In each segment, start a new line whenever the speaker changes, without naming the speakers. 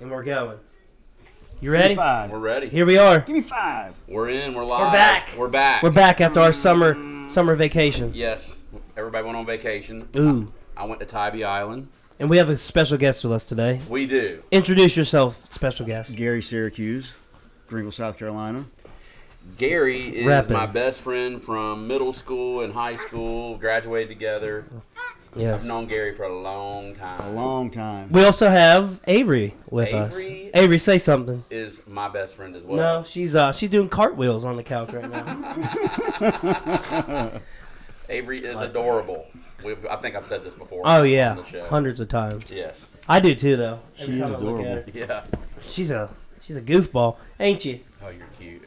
and we're going. You ready?
Five.
We're ready.
Here we are.
Give me five.
We're in. We're live.
back.
We're back.
We're back after our summer summer vacation.
Yes. Everybody went on vacation.
Ooh,
I went to Tybee Island.
and we have a special guest with us today.
We do.
Introduce yourself, special guest.
Gary Syracuse, Greenville, South Carolina.
Gary is
Rapid.
my best friend from middle school and high school. Graduated together. I've
Yes.
known Gary for a long time.
A long time.
We also have Avery with us.
Avery?
Avery, say something.
Is my best friend as well.
No, she's uh she's doing cartwheels on the couch right now.
Avery is adorable. We've, I think I've said this before.
Oh
on
yeah,
the show.
hundreds of times.
Yes.
I do too though. Every
She is
time I look at
adorable.
her.
Yeah.
She's a she's a goofball, ain't you?
Oh, you're cute.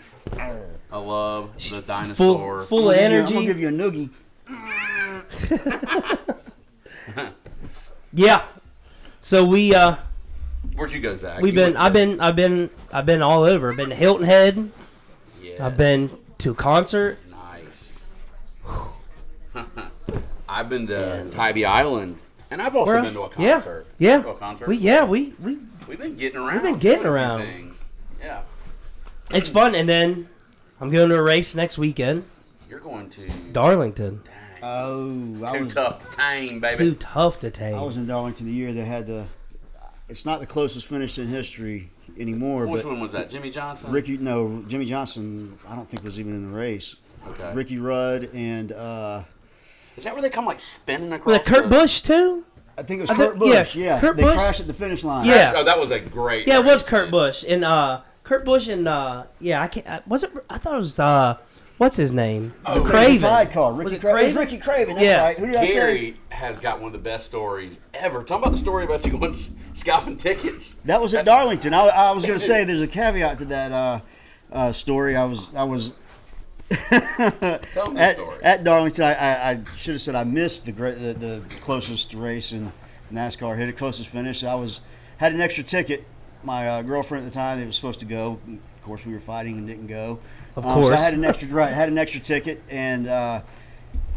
I love the
Full
dinosaur.
full of
I'm gonna give
energy.
you- I'm gonna give you a noogie.
yeah. So we uh
Where'd you go, Zach?
we've
You
been
went
I've
to-
been I've been I've been all over. I've been to Hilton Head.
Yeah.
I've been to a concert.
Nice. I've been to Tybee Island, and I've also
Where
been to a
else? Yeah,
concert.
yeah.
To a concert.
We yeah we we
We've been getting around.
been getting
doing a few
around.
Things. Yeah.
it's fun. And then I'm going to a race next weekend,
You're going to
Darlington.
Oh, I
too
was,
tough to tame, baby.
Too tough to
I was
tame.
in Darlington the year that had the. It's not the closest finish in history anymore,
Which
but
one was that? Jimmy Johnson.
Ricky, no, Jimmy Johnson, I don't think was even in the race.
Okay.
Ricky Rudd and uh,
Is that where they come like spinning across?
Was it Kurt
the-
Busch too?
I think it was
I
Kurt
thought- yeah,
Busch. Yeah,
Kurt
they
Busch.
crashed at the finish line.
Yeah.
Oh, that was a great.
Yeah, it was
race.
Kurt Busch and uh Kurt Busch and uh yeah I can't I- was it I thought it was uh what's his name oh,
Craven.
Craven.
car. Ricky
Was it
Craven. It was
Craven?
Ricky Craven. That's
Yeah.
right. Who did I say?
Gary has got one of the best stories ever. Talk about the story about you going s- scalping tickets.
That was at
That's-
Darlington. I, I was going to say there's a caveat to that uh, uh, story. I was I was
Tell me the
at,
story.
at Darlington. I, I, I should have said I missed the, great, the the closest race in NASCAR. Hit a closest finish. I was had an extra ticket. My uh, girlfriend at the time that was supposed to go. Of course, we were fighting and didn't go.
Of
Um, so
course.
I had an extra right. Had an extra ticket, and uh,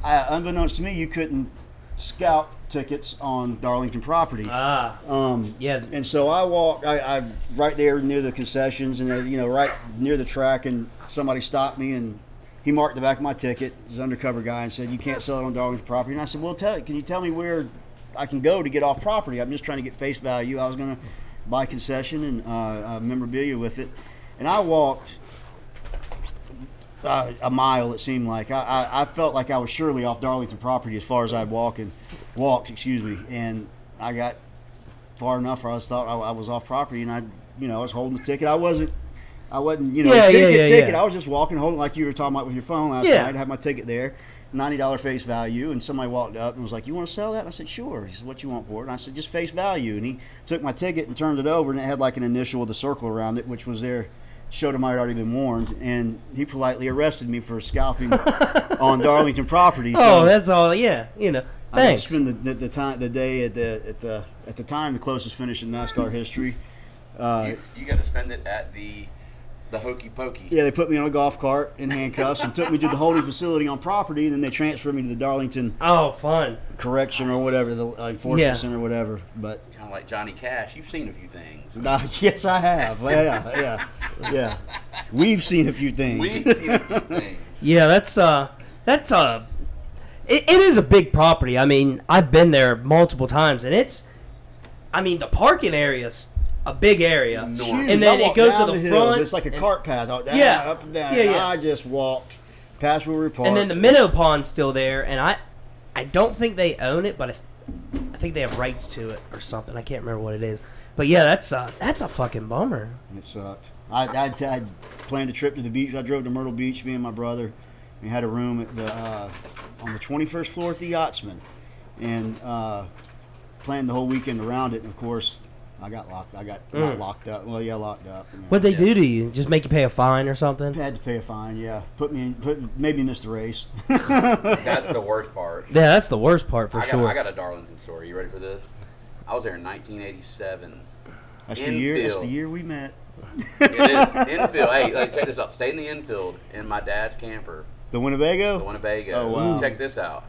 I, unbeknownst to me, you couldn't scalp tickets on Darlington property.
Ah
Um,
yeah
and so I walked, I, I right there near the concessions, and uh, you know, right near the track, and somebody stopped me, and he marked the back of my ticket. This undercover guy and said, "You can't sell it on Darlington property." And I said, "Well, tell, can you tell me where I can go to get off property? I'm just trying to get face value. I was going to buy concession and uh, uh, memorabilia with it." And I walked uh, a mile. It seemed like I, I, I felt like I was surely off Darlington property as far as I'd walk and walked. Excuse me, and I got far enough where I was thought I, I was off property, and I, you know, I was holding the ticket. I wasn't, I wasn't, you know,
Yeah, yeah,
ticket,
yeah,
ticket.
yeah.
I was just walking, holding like you were talking about with your phone last
Yeah.
night. I had my ticket there, ninety dollar face value, and somebody walked up and was like, "You want to sell that?" And I said, "Sure." He said, "What you want for it?" And I said, "Just face value." And he took my ticket and turned it over, and it had like an initial with a circle around it, which was there. Showed him I had already been warned, and he politely arrested me for scalping on Darlington property.
oh
so-
that's all yeah you know
I got to
thanks
spend the, the, the time the day at the at the at the time the closest finish in NASCAR history. Uh,
You, you got to spend it at the the hokey pokey.
yeah, they put me on a golf cart in handcuffs and took me to the holding facility on property, and then they transferred me to the Darlington
oh fun
Correction or whatever, the uh, enforcement
Yeah.
center, or whatever. But
Kind of like Johnny Cash. You've seen a few things.
nah, yes, I have. Yeah, yeah, yeah. We've seen a few things.
We've seen a few things.
yeah that's uh that's uh it, it is a big property I mean I've been there multiple times and it's I mean the parking area's a big area
It's
Enormous.
huge.
and then
I
it
walked
goes
down
to the,
hill.
front
It's like a
and-
cart path. Out, down,
Yeah.
up and down.
Yeah, yeah.
I just walked past where we were parked.
and then the minnow pond's still there and i i don't think they own it but i, th- I think they have rights to it or something i can't remember what it is but yeah that's a that's a fucking bummer
It sucked. I, I, I planned a trip to the beach. I drove to Myrtle Beach, me and my brother. We had a room at the uh, on the 21st floor at the Yachtsman, and uh, planned the whole weekend around it. And of course, I got locked. I got not locked up. Well, yeah, locked up. you know.
what'd they do to you just make you pay a fine or something
Had to pay a fine. Yeah, put me in. Put made me miss the race.
That's the worst part.
yeah that's the worst part for
I got,
sure
I got a Darlington story. You ready for this? I was there in 1987.
That's the year. That's
Infield.
the year we met.
It is infield. Hey, like, check this out. Stay in the infield in my dad's camper,
The Winnebago.
the Winnebago.
Oh, wow.
Check this out.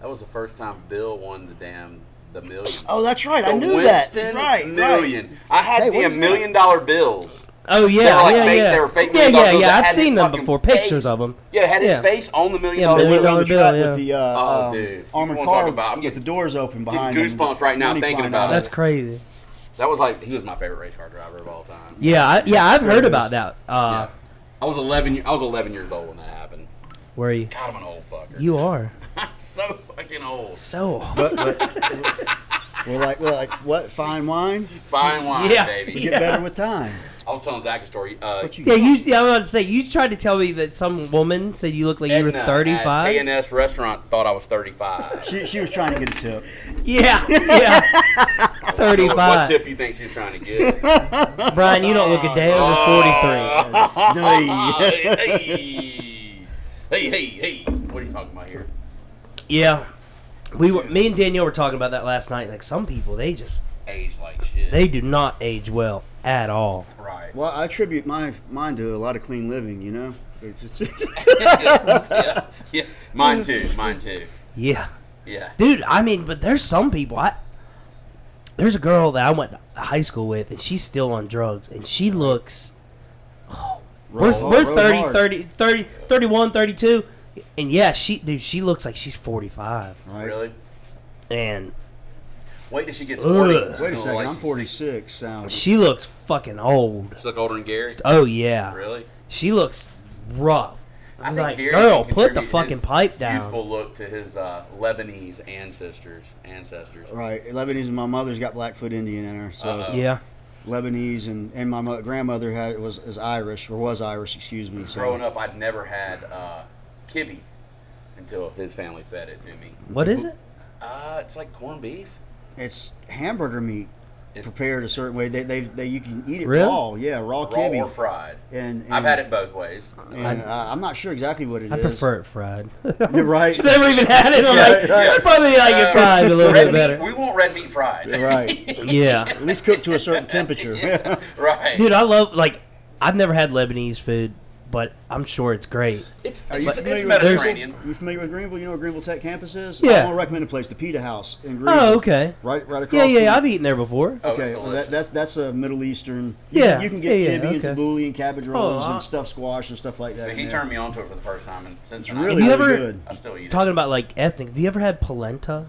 That was the first time Bill won the damn the million.
Oh, that's right. I
The
knew that.
Winston
Right, right.
million. I had
Hey, what is
the
that?
million dollar bills.
Oh
They were
yeah,
like
yeah,
fake,
yeah.
They were fake
yeah,
million dollar
yeah,
bills
yeah.
that
I've
had his
seen them
fucking
before.
face-
Pictures of them.
Yeah, it had
Yeah.
his face on the million
Yeah,
dollar
They
million
went
bill.
around
dollar
the track
bill,
with the
yeah.
uh,
Oh,
um,
dude.
armored
You wanna
car
talk about- I'm
with the
getting
doors open behind them.
goosebumps right now
Money
thinking
flying
about
out.
it.
That's crazy.
That was like he was my favorite race car driver of all time.
Yeah, I, yeah. I've heard
It is.
about that. Uh,
Yeah. I was 11. ye- I was 11 years old when that happened.
Where you?
God, I'm an old fucker.
You are
so fucking old.
so.
But- but- we're like, we're like, what? Fine wine?
Fine wine,
Yeah.
We
baby.
get
Yeah.
better with time.
I was telling Zach a story. Uh,
What you
Yeah, you. Yeah, I was about to say you tried to tell me that some woman said you looked like you were
Edna at
thirty-five.
K&S restaurant thought I was 35.
She, she was trying to get a tip.
Yeah, yeah.
What
Thirty-five.
tip you think she's trying to Uh, get?
Brian, you don't look a day over
Oh.
forty-three.
Dude.
hey, hey, hey, hey. What are you talking about here?
Yeah, we were. Me and Danielle were talking about that last night. Like some people, they just
Age like shit.
they do not age well at all.
right.
Well, I attribute my mine to a lot of clean living. You know, It's just-
yeah, yeah. Mine too. Mine too.
Yeah,
Yeah.
dude. I mean, but there's some people. I there's a girl that I went to high school with, and she's still on drugs, and she looks. oh, We're,
Roll-
we're
roll
30,
hard.
30, 30, 31, 32. And yeah, she dude, she looks like she's 45.
Right.
Really?
And
Wait till she gets
Ugh.
40.
Wait a second,
Like
I'm
she's-
46. Sound
she looks fucking old.
She look older than Gary?
Oh yeah.
Really?
She looks rough.
I
I'm
think
like,
Gary
girl,
can
put the
contribute
fucking
his
pipe down.
Youthful look to his uh, Lebanese ancestors. Ancestors.
right. Lebanese and my mother's got Blackfoot Indian in her, so
Uh-oh.
Yeah.
Lebanese and and my mo- grandmother had was is Irish or was Irish, excuse me. So
Growing up, I'd never had uh, kibbe until his family fed it to me.
What is it?
Uh, it's like corned beef.
it's hamburger meat
It-
prepared a certain way. They they, they you can eat it
Really?
raw, yeah, raw,
Raw
kibbe.
or fried.
And,
I've
and-
had it both ways.
And I, I'm not sure exactly what it is.
I prefer it fried.
You're right.
Never even had it. I'm like,
right.
I'd probably like it
Uh,
fried a little
red
bit
Meat,
better.
we want red meat fried.
You're right.
Yeah.
At least cooked to a certain temperature.
right.
Dude, I love like I've never had Lebanese food, but I'm sure it's great.
it's,
Are you
it's, it's
familiar with
Mediterranean.
You familiar with Greenville? You know what Greenville Tech campus is?
Yeah.
I want to recommend a place, the Pita House in Greenville.
Oh, okay.
Right, right across.
Yeah, yeah,
from-
I've eaten there before.
Oh, it's
okay, well,
delicious.
that, that's that's a Middle Eastern. You
Yeah,
can, you can get
yeah, yeah,
kibbe and
okay. Oh, uh-huh.
tabbouleh and cabbage rolls
I-
and stuffed squash and stuff like that.
But
in
he
there.
turned me on to it for the first time, and since
It's
then, I-
really,
you
really
ever-
good.
I still eat it.
Talking about like ethnic, have you ever had polenta?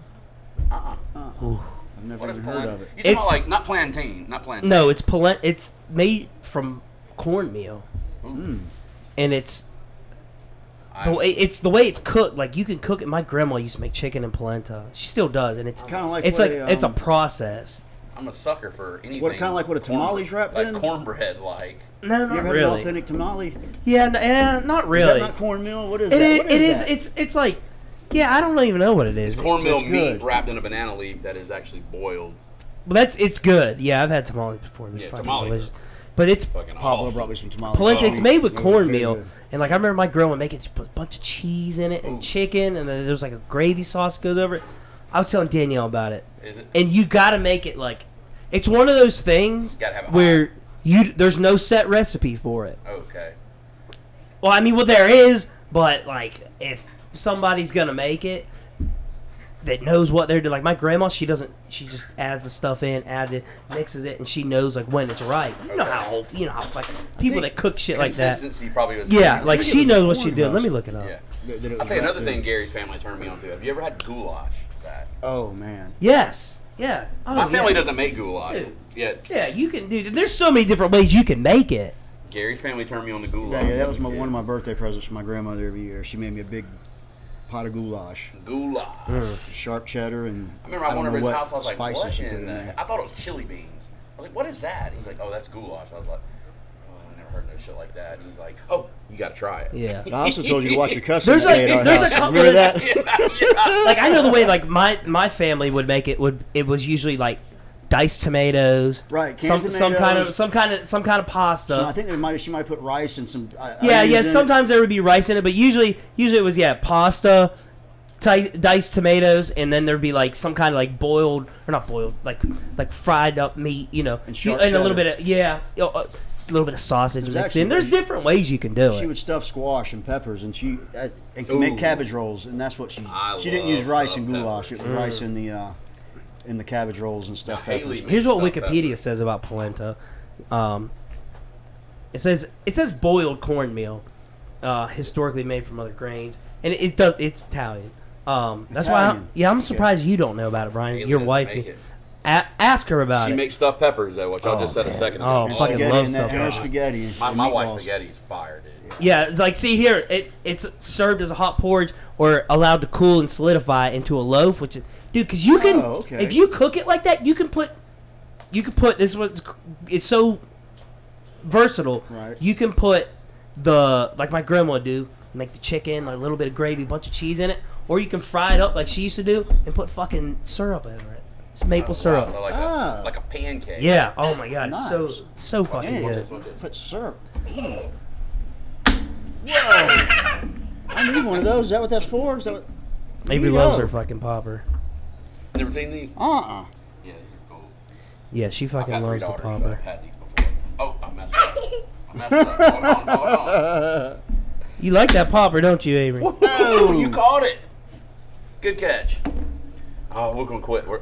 I've never
What is
even heard
polenta?
of it.
You
It's-
smell like not plantain, not plantain.
No, it's polenta. It's made from cornmeal,
Mm.
and it's the way it's the way it's cooked. Like you can cook it. My grandma used to make chicken and polenta. She still does, and it's
Kinda like
it's
what
like
a,
it's a
um,
process.
I'm a sucker for anything.
What, kinda like what a tamale's wrapped
like
in?
cornbread, like.
No,
You
not
ever had an
really.
authentic tamale? Is
Yeah, n- eh, not
that
really.
not cornmeal? What is
It
that?
is.
What
It is.
that?
It's. It's like. Yeah, I don't even know what it is. Well,
Cornmeal
It's
meat
good.
wrapped in a banana leaf that is actually boiled.
that's it's good. Yeah, I've had tamales before. They're
Yeah,
fucking
tamales are
delicious. But it's
Fucking
Pablo
awesome.
brought me some tamales.
polenta. It's made with
Those are very
cornmeal,
good.
and like I remember my grandma making a bunch of cheese in it and chicken, and then there's like a gravy sauce goes over it. I was telling Danielle about it,
Is it?
and you got to make it like it's one of those things
Gotta have it
where you there's no set recipe for it.
Okay.
Well, I mean, well there is, but like if somebody's gonna make it that knows what they're doing, like my grandma, she doesn't, she just adds the stuff in, adds it, mixes it, and she knows like when it's right. You know
Okay.
how you know how like people that cook shit like that.
Consistency probably was.
Yeah, like she
was
knows
a
what she
corn
did. Let
husk.
me look it up.
Yeah.
That- that it
I'll
was
tell you another
wrapped
thing
in.
Gary's family turned me on to. Have you ever had goulash? That.
Oh man.
Yes. Yeah. Oh,
My family
yeah.
doesn't make goulash.
Dude.
Yet
Yeah, you can do. There's so many different ways you can make it.
Gary's family turned me on to goulash.
Yeah, yeah, that was my, one of my birthday presents from my grandmother every year. She made me a big pot of goulash,
goulash.
sharp cheddar, and
I remember I, went
don't
over
know
to his
what
house. I was like,
spices
"What
she put
in
in
the?
there.
I thought it was chili beans. I was like, "What is that?" He's like, "Oh, that's goulash." I was like, oh, "I never heard no shit like that." And he's like, "Oh, you got to try it."
Yeah.
I also told you to watch your cussing.
There's
today
like-
at our
there's a
house.
couple
Remember
of-
that?
Like I know the way like my my family would make it would it was usually like diced tomatoes.
Right, canned
Some some kind of
tomatoes.
some kind of some kind of pasta.
So I think they might, she might put rice and some. I,
yeah,
onions
yeah.
in it.
Sometimes there would be rice in it, but usually usually it was yeah pasta, ti- diced tomatoes, and then there'd be like some kind of like boiled or not boiled like like fried up meat, you know,
And
You-
sharp
a little
cheddar.
bit of yeah, you know, a little bit of sausage
There's
mixed in.
actually-
There's different ways you can do
She
it.
would stuff squash and peppers, and she uh, and
Ooh.
make cabbage rolls, and that's what she.
I
she didn't use
love
rice in
stuffed
goulash; it was rice in the uh, and the cabbage rolls and stuff.
Now, Haley-
peppers.
Here's what
Stuff pepper.
Wikipedia says about polenta. Um, it says it says boiled cornmeal, uh, historically made from other grains, and it, does. It's Italian. Um, that's why. I'm,
Italian.
yeah, I'm
Okay.
surprised you don't know about it, Brian.
Haley
Your
doesn't
wife.
make it.
A- ask her about
She
it.
makes stuffed peppers though, which
Oh,
I just said
man.
a second
Oh,
ago.
fucking
spaghetti
love
and
stuff.
that dinner spaghetti. and
my, my wife's
meatballs.
spaghetti's fire, dude.
yeah, it's like see here, it it's served as a hot porridge or allowed to cool and solidify into a loaf, which is dude, because you can
Oh, okay.
if you cook it like that, you can put you can put this one's it's so versatile.
Right.
You can put the like my grandma would do, make the chicken, like a little bit of gravy, bunch of cheese in it, or you can fry it up like she used to do and put fucking syrup over it. It's maple syrup.
Oh, Wow, Like,
Ah.
a, like a pancake.
Yeah. Oh my god, it's
Nice.
so so fucking
Yeah.
good.
Put syrup. Whoa! I need one of those. Is that what that's for? Is that what?
Avery
you
loves
go.
her fucking popper.
Never seen these?
Uh-uh.
Yeah, you're cool.
Yeah, she
I've got
fucking loves
three
the
daughters, so I've
popper.
had these before. Oh, I messed up. I messed up. Hold on, hold on.
You like that popper, don't you, Avery?
Woo, you caught it. Good catch. Oh, we're gonna quit. We're,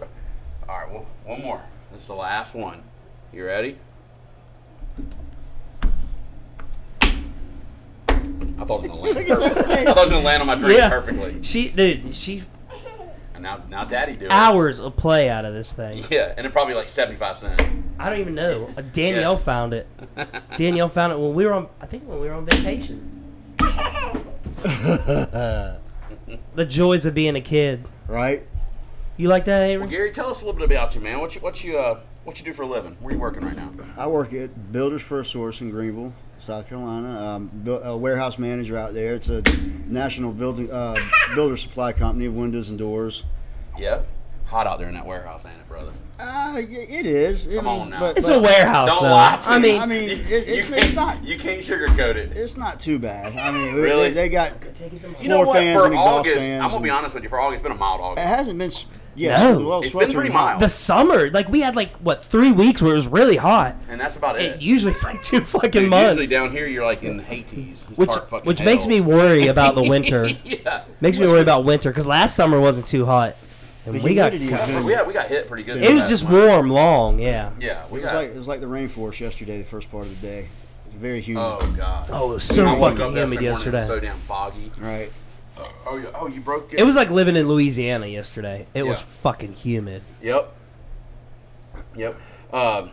all right, well, one more. This is the last one. You ready? I thought it was gonna land.
Look at that
I
face.
thought it was gonna land on my drink
Yeah.
perfectly.
She, dude, she
And now, now, Daddy do it.
hours of play out of this thing.
Yeah, and it probably like seventy-five cents.
I don't even know. Uh, Danielle
Yeah.
found it. Danielle found it when we were on. I think when we were on vacation. the joys of being a kid.
Right?
You like that,
Well,
Avery?
Gary, tell us a little bit about you, man. What you, what you, uh, what you do for a living? Where you working right now?
I work at Builders First Source in Greenville, South Carolina. Um, bu- a warehouse manager out there. It's a national building uh, builder supply company of windows and doors.
Yeah, hot out there in that warehouse, ain't it, brother?
Uh, y- it is. I
Come
mean,
on now.
but-
It's
but
a warehouse,
Don't
though.
lie to
I
me.
mean,
I mean, it, it's,
you
it's
can't-
not.
You can't sugarcoat it.
It's not too bad. I mean,
Really?
they, they got
You know
floor
what?
fans
For
and exhaust
August,
fans.
I'm gonna be
and-
honest with you. For August, it's been a mild August.
It hasn't been. s- Yeah,
No.
well,
It's been
sweats are
pretty
hot.
mild.
the summer, like we had like what three weeks where it was really hot.
and that's about it.
And usually it's like two fucking
Dude,
months,
Usually down here, you're like in Hades, It's
which
hard fucking
which makes
hell.
me worry about the winter.
yeah.
Makes me worry about winter because last summer wasn't too hot, and
The
we got
humidity has been-
We, yeah, we got hit pretty good.
It was
last
just
month.
warm, long, yeah.
Yeah, we
It was
got.
like it was like the rainforest yesterday, the first part of the day. It was very humid.
oh god.
Oh, it was
Dude,
so
I woke
fucking
up yesterday
humid
morning, it was
yesterday.
So damn foggy.
Right.
Oh, yeah. oh, you broke it.
It was like living in Louisiana yesterday. It was
Yeah.
fucking humid.
Yep. Yep. Um,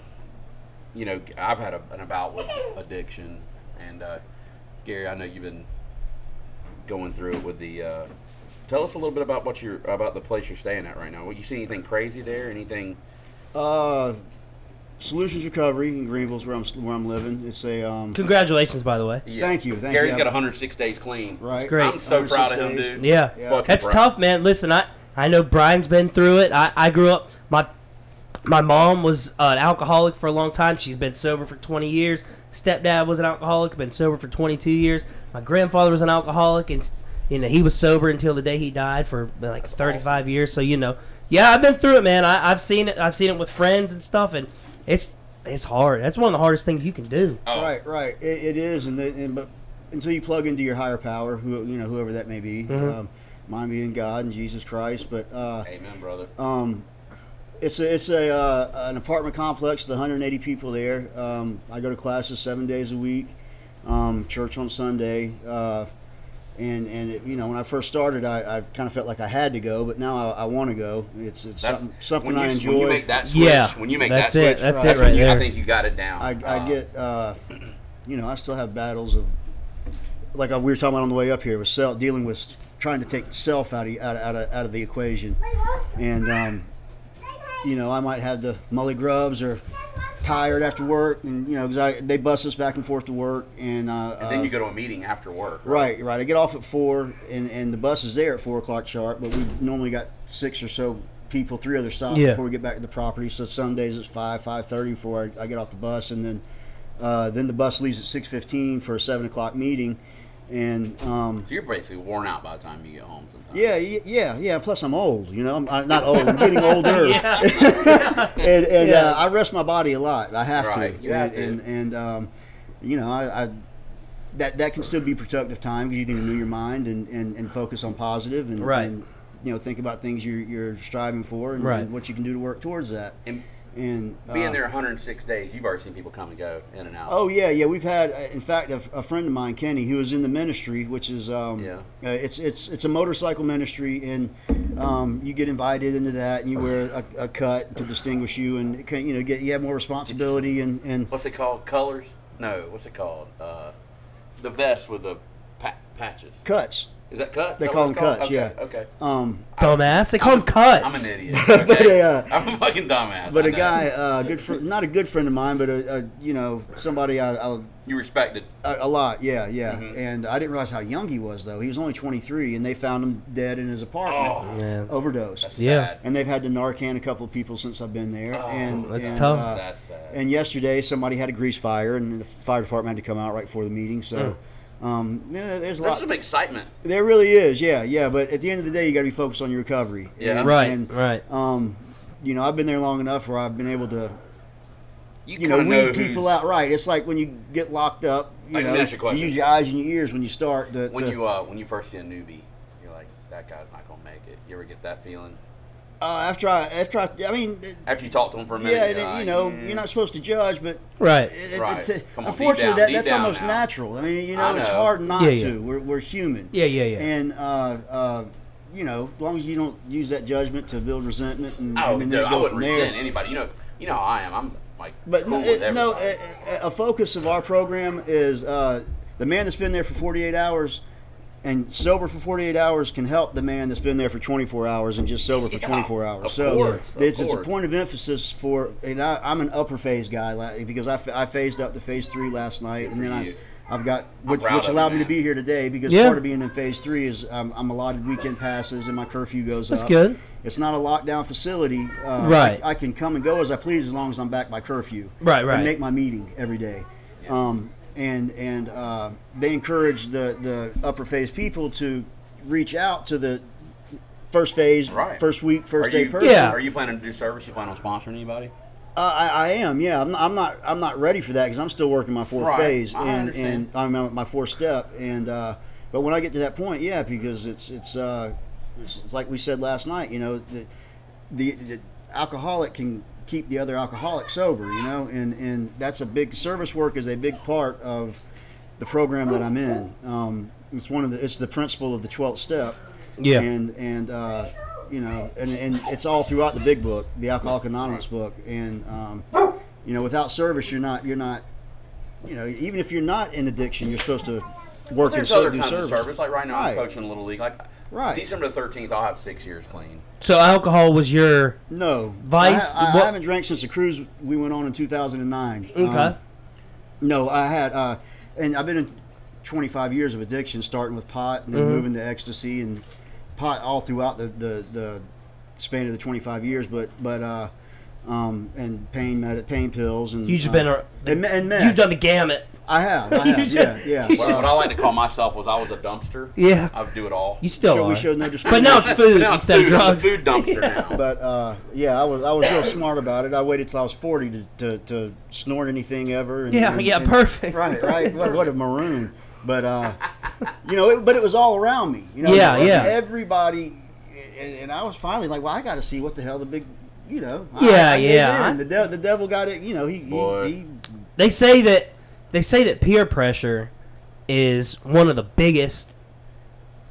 you know, I've had a, an about with addiction, and uh, Gary, I know you've been going through it with the. Uh, tell us a little bit about what you're about the place you're staying at right now. What you see anything crazy there? Anything?
Uh, Solutions Recovery in Greenville's where I'm where I'm living. It's a um.
Congratulations, by the way.
Yeah.
Thank you, thank
Gary's
you.
got 106 days clean.
Right.
great.
I'm so proud
106
of him,
days.
dude.
Yeah.
Yeah.
Fucking
That's
proud.
tough, man. Listen, I I know Brian's been through it. I, I grew up my my mom was uh, an alcoholic for a long time. She's been sober for 20 years. Stepdad was an alcoholic, been sober for 22 years. My grandfather was an alcoholic and you know, he was sober until the day he died for like 35 years. So, you know, yeah, I've been through it, man. I, I've seen it. I've seen it with friends and stuff and it's it's hard. That's one of the hardest things you can do.
Oh,
Right, right. It, it is, and, the, and but until you plug into your higher power, who you know, whoever that may be,
Mm-hmm.
um, mine being God and Jesus Christ, but uh,
Amen, brother.
Um, it's a, it's a uh, an apartment complex with 180 people there. Um, I go to classes seven days a week, um, church on Sunday, uh, and and it, you know when I first started, I, I kind of felt like I had to go, but now I, I want to go. It's it's
That's
something, something
when
I
you,
enjoy.
When you make that switch,
Yeah,
when you make
that's
that
it,
switch,
that's it
when
right
you, I
there.
think you got it down.
I,
Uh,
I get, uh, you know, I still have battles of, like uh, we were talking about on the way up here, with self dealing with trying to take self out of out of, out of, out of the equation, and um, you know, I might have the mully grubs or tired after work, and you know, 'cause I, they bus us back and forth to work, and, uh,
And then you
uh,
go to a meeting after work.
Right, right. I get off at four, and, and the bus is there at four o'clock sharp. But we normally got six or so people, three other stops
Yeah.
before we get back to the property. So some days it's five, five thirty before I, I get off the bus, and then uh, then the bus leaves at six fifteen for a seven o'clock meeting, and um,
So you're basically worn out by the time you get home. Sometimes.
yeah, y- yeah, yeah. Plus I'm old, you know. I'm, I'm not old. I'm getting older. and and
Yeah.
uh, I rest my body a lot. I have
Right,
to.
you
and,
have to.
And, and um, you know, I, I that that can still be productive time because you can renew your mind and, and, and focus on positive and
Right.
and you know think about things you're, you're striving for and,
Right.
and what you can do to work towards that.
And
And uh,
being there 106 days, you've already seen people come and go in and out.
Oh yeah, yeah. We've had, uh, in fact, a, a friend of mine, Kenny, who is in the ministry, which is um,
Yeah.
uh, it's it's it's a motorcycle ministry, and um, you get invited into that, and you wear a, a cut to distinguish you, and it can- you know get you have more responsibility, and and
What's it called? Colors? No, what's it called? Uh, the vest with the pa- patches.
cuts.
Is that cuts?
They
Is that
call
what it's
them
called?
cuts,
Okay,
yeah.
Okay.
Um,
Dumbass. They call him
I'm an
cuts.
idiot.
But,
okay?
uh,
I'm a fucking dumbass.
but
I
a
know.
guy, uh, good fr- not a good friend of mine, but a, a you know somebody I, I
You respected.
A, a lot, yeah, yeah.
Mm-hmm.
And I didn't realize how young he was though. He was only 23, and they found him dead in his
Oh,
apartment,
Yeah.
overdosed.
Yeah.
Sad.
And they've had to Narcan a couple of people since I've been there.
Oh,
and
That's
and,
tough.
uh,
That's sad.
and yesterday, somebody had a grease fire, and the fire department had to come out right before the meeting. So, um, yeah, there's a
There's
lot.
some excitement.
There really is, yeah, yeah. But at the end of the day, you got to be focused on your recovery.
Yeah.
And-
Right,
and,
right.
Um, you know, I've been there long enough where I've been able to
You,
you know,
kinda
weed
who's-
people out right. It's like when you get locked up, you
I can
know,
ask you a question.
you use your eyes and your ears when you start. To,
When
to-
you uh, when you first see a newbie, you're like, that guy's not gonna make it. You ever get that feeling
uh, after I, after I, I mean, it-
after you talk to him for a minute?
yeah,
you're
and it-
like,
you know,
"Mm."
you're not supposed to judge, but
Right.
it- it-
Right.
it-
Come on, deep
unfortunately,
down,
that,
deep
that's
down
almost
now.
natural. I mean, you
I
know, it's
know.
hard not
Yeah, yeah.
to. We're, we're human.
Yeah, yeah, yeah.
And uh, uh, you know, as long as you don't use that judgment to build resentment, and,
Oh,
and then
dude,
go
I wouldn't
from there.
resent anybody. You know, you know how I am. I'm like,
But
cool
no,
with
it, no
everybody.
a, a a focus of our program is uh, the man that's been there for 48 hours and sober for 48 hours can help the man that's been there for 24 hours and just sober for
Yeah,
24 hours.
of
so
course, of
it's, it's a
course.
point of emphasis for, and I, I'm an upper phase guy like, because I, fa- I phased up to phase three last night and
for
then
you.
I. I've got which,
proud
which
of you,
allowed me to
man.
be here today because
Yeah.
part of being in phase three is um, I'm allotted weekend passes and my curfew goes
That's
up.
good.
It's not a lockdown facility, uh,
Right.
I can come and go as I please as long as I'm back by curfew.
Right, right.
And make my meeting every day. Um, and and uh, they encourage the, the upper phase people to reach out to the first phase,
Right.
first week, first
are
day
you,
person.
Yeah.
Are you planning to do service? You plan on sponsoring anybody?
Uh, I, I am, yeah. I'm not, I'm not I'm not ready for that because I'm still working my fourth
Right.
phase
I
and
understand.
and I'm at my fourth step. And uh, but when I get to that point, yeah, because it's it's, uh, it's it's like we said last night. You know, the, the the alcoholic can keep the other alcoholic sober. You know, and and that's a big service work is a big part of the program that I'm in. Um, it's one of the it's the principle of the twelfth step.
Yeah.
And and uh, you know and, and it's all throughout the big book, the Alcoholic Anonymous book. And um, you know, without service, you're not you're not you know even if you're not in addiction, you're supposed to work and
There's
so
other
do
kinds
service.
of service. Like right now,
Right.
I'm coaching little league. Like
Right.
December the 13th, I'll have six years clean.
So alcohol was your
No,
Vice,
I, I- I
what-
haven't drank since the cruise we went on in 2009. Um,
okay.
No, I had, uh, and I've been in 25 years of addiction, starting with pot and then
Mm-hmm.
moving to ecstasy and pot all throughout the, the, the span of the 25 years. But but uh, um, and pain med- pain pills and
you just
uh,
been a,
and, me- and meth.
you've done the gamut.
I have, I
You
have,
just-
yeah, yeah.
you
What,
just-
what I like to call myself was I was a dumpster.
Yeah.
I would do it all.
You still
Sure, we
are.
showed no
but now it's food
Now it's
instead
food,
of
I'm a
drugs.
food dumpster now.
But uh, yeah, I was I was real smart about it. I waited till I was forty to, to, to snort anything ever. And,
Yeah,
and-
yeah,
and-
perfect.
Right, right. What, what a maroon. But uh, you know, it, but it was all around me. You know,
Yeah, yeah.
Everybody, and, and I was finally like, well, I got to see what the hell the big, you know. I-
Yeah,
I, gave
yeah.
in. The, de- the devil got it. You know, he
Boy.
he, he
They say that they say that peer pressure is one of the biggest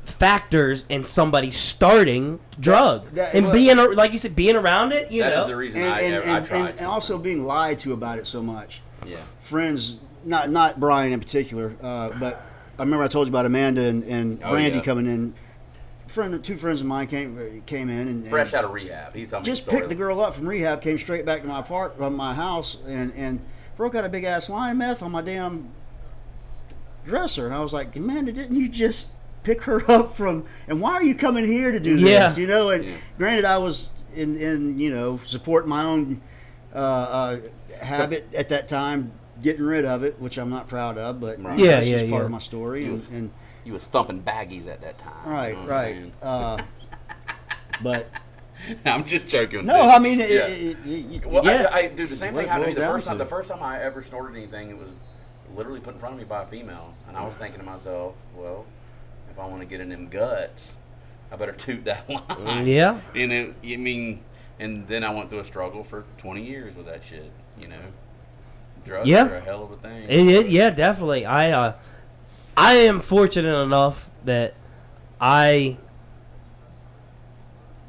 factors in somebody starting drugs
that-
and
well-
being a- like you said being around it. You
That is
know,
the reason
and,
I,
and,
ever- I
and,
tried.
and, and
something.
also being lied to about it so much.
yeah.
friends, not not Brian in particular, uh, but I remember I told you about Amanda and, and
Oh,
Randy
yeah.
coming in. Friend, two friends of mine came came in and, and
Fresh out of rehab. He told me
just
the story.
picked the girl up from rehab, came straight back to my apart from my house, and and broke out a big ass line of meth on my damn dresser, and I was like, Amanda, didn't you just pick her up from? And why are you coming here to do this?
Yeah.
You know, and
Yeah.
granted, I was in in you know support my own uh, uh, habit at that time, getting rid of it, which I'm not proud of, but you know,
Right.
Yeah,
it's just
yeah,
part
yeah.
of my story, and. and
You was thumping baggies at that time.
Right,
you know what I'm
right.
saying?
Uh, but
I'm just joking.
no, I mean, it,
Yeah.
it, it, it,
Well,
Yeah.
I, I do the same
What
thing.
it
I do
boils
the
down
first time.
to.
The first time I ever snorted anything, it was literally put in front of me by a female, and I was thinking to myself, well, if I want to get in them guts, I better toot that line.
Mm, Yeah.
And it, I mean, and then I went through a struggle for 20 years with that shit. You know, drugs
Yeah.
are a hell of a thing.
It, it, yeah, definitely. I uh, I am fortunate enough that I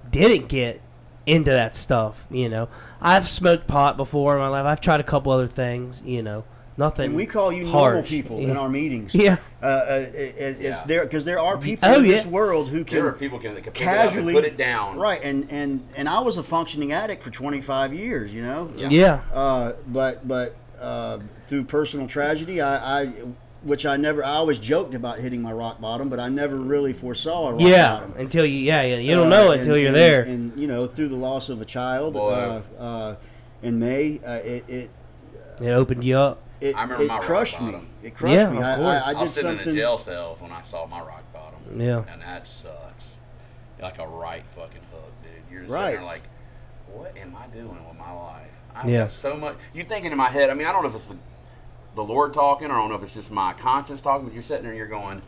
didn't get into that stuff. You know, I've smoked pot before in my life. I've tried a couple other things. You know, nothing.
And we call you normal
harsh.
people
yeah.
in our meetings.
Yeah.
Uh, uh, it, it- it's
Yeah.
there because there are people
Oh,
in this
yeah.
world who can
there are people can, that can pick
casually
it up and put it down.
Right, and and and I was a functioning addict for 25 years, you know.
Yeah.
Yeah.
Uh, but but uh, through personal tragedy, I, I which I never I always joked about hitting my rock bottom, but I never really foresaw a rock
Yeah.
bottom.
Until you, yeah, yeah. You don't
Uh,
know
and-
until you're
and-
there.
And you know, through the loss of a child
Boy.
uh, uh, in May, uh, it. it
it opened you up.
it,
I remember
it
my rock
crushed me.
bottom.
It crushed
Yeah,
me.
of
I,
course.
I, I
I,
did
was sitting
something.
in a jail cell when I saw my rock bottom.
Yeah.
And that sucks. Like a right fucking hook, dude. You're just
Right.
sitting there like, what am I doing with my life? I've
Yeah.
got so much. You're thinking in my head. I mean, I don't know if it's the, the Lord talking or I don't know if it's just my conscience talking, but you're sitting there and you're going,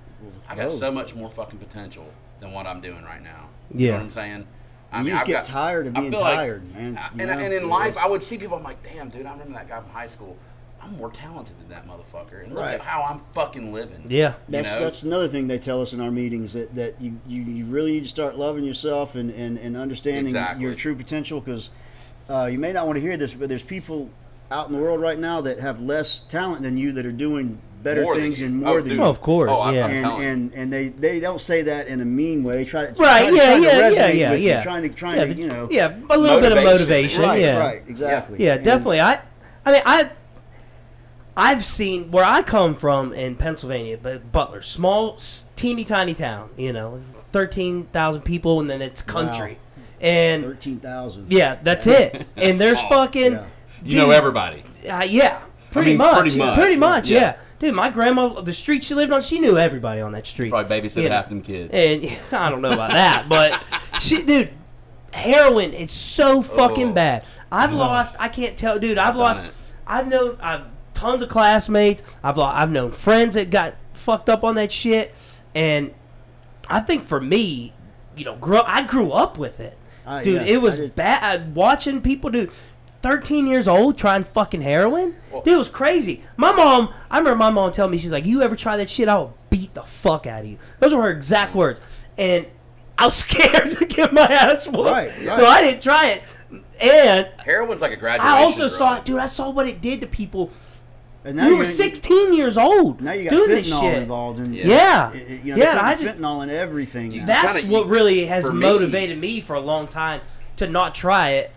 I got
Oh.
so much more fucking potential than what I'm doing right now. You
Yeah.
know what I'm saying? I
You just get tired of
I
being
feel like-
tired, man.
I-
You
And,
know?
and in
It
life,
is.
I would see people. I'm like, damn, dude, I remember that guy from high school. I'm more talented than that motherfucker. And look
Right.
at how I'm fucking living.
Yeah.
You
That's
know?
that's another thing they tell us in our meetings that, that you, you, you really need to start loving yourself and, and, and understanding
Exactly.
your true potential because uh, you may not want to hear this, but there's people out in the world right now that have less talent than you that are doing better
More than
things
you.
and more
Oh,
than
dude.
you.
Oh, of course,
I'm-
yeah.
I'm
and,
telling you.
and and they, they don't say that in a mean way. Try to
Right. yeah.
try, try to
Yeah.
resonate
Yeah.
with
Yeah.
you,
Yeah.
Trying to trying
yeah,
to
the-
you know
Yeah. A little bit of
Motivation.
motivation.
right
yeah.
right exactly
Yeah,
And-
definitely. I, I mean, I, I've seen where I come from in Pennsylvania, but Butler, small, s- teeny tiny town. You know, it's thirteen thousand people, and then it's country, and
thirteen thousand
yeah, that's it. and there's
small.
fucking,
Yeah.
dude,
You know everybody.
Uh, yeah, pretty,
mean,
much,
pretty much.
yeah.
Yeah.
Dude, my grandma, the street she lived on, she knew everybody on that street.
Probably babysitted
Yeah.
half them kids.
And I don't know about that, but she, dude, heroin, it's so fucking
Oh.
bad. I've lost, I can't tell, dude. I've
done
lost,
it.
I've known, I've tons of classmates. I've lost, I've known friends that got fucked up on that shit, and I think for me, you know, grow, I grew up with it,
Ah,
dude.
yeah,
it was
I did.
bad watching people, dude. 13 years old trying fucking heroin? Dude, it was crazy. My mom, I remember my mom telling me, she's like, You ever try that shit? I'll beat the fuck out of you. Those were her exact
Mm.
words. And I was scared to get my ass whooped.
Right, right.
So I didn't try it. And
Heroin's like a graduation.
I also saw
drug.
it, dude. I saw what it did to people.
and
You were
you're-
16 years old
now you got
doing this
fentanyl
shit.
involved in
Yeah.
It- it- you know,
Yeah,
they
I
put
just-
fentanyl in everything. now.
That's
Kinda-
what really has
for me-
motivated me for a long time to not try it.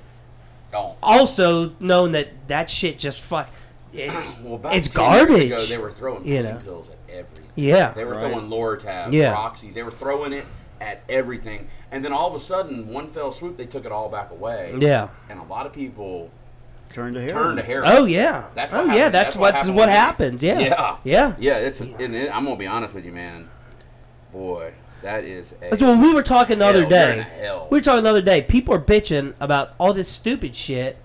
Don't.
Also, knowing that that shit just fuck, it's
Well, about
it's
10 years
garbage.
Ago, they were throwing
You
you
know.
pills at everything.
Yeah.
They were
Right.
throwing Loratab,
Yeah.
Roxy's. They were throwing it at everything. And then all of a sudden, one fell swoop, they took it all back away.
Yeah.
And a lot of people
Turn to heroin.
turned to heroin.
Oh yeah.
That's
oh
what
yeah.
happened.
That's,
what
what's
happened
what
with me.
happens. Yeah.
Yeah.
Yeah.
Yeah. It's. And it, I'm gonna be honest with you, man. Boy, that is. A,
That's when we were talking the other
Hell, you're in
day.
hell.
We were talking the other day. People are bitching about all this stupid shit,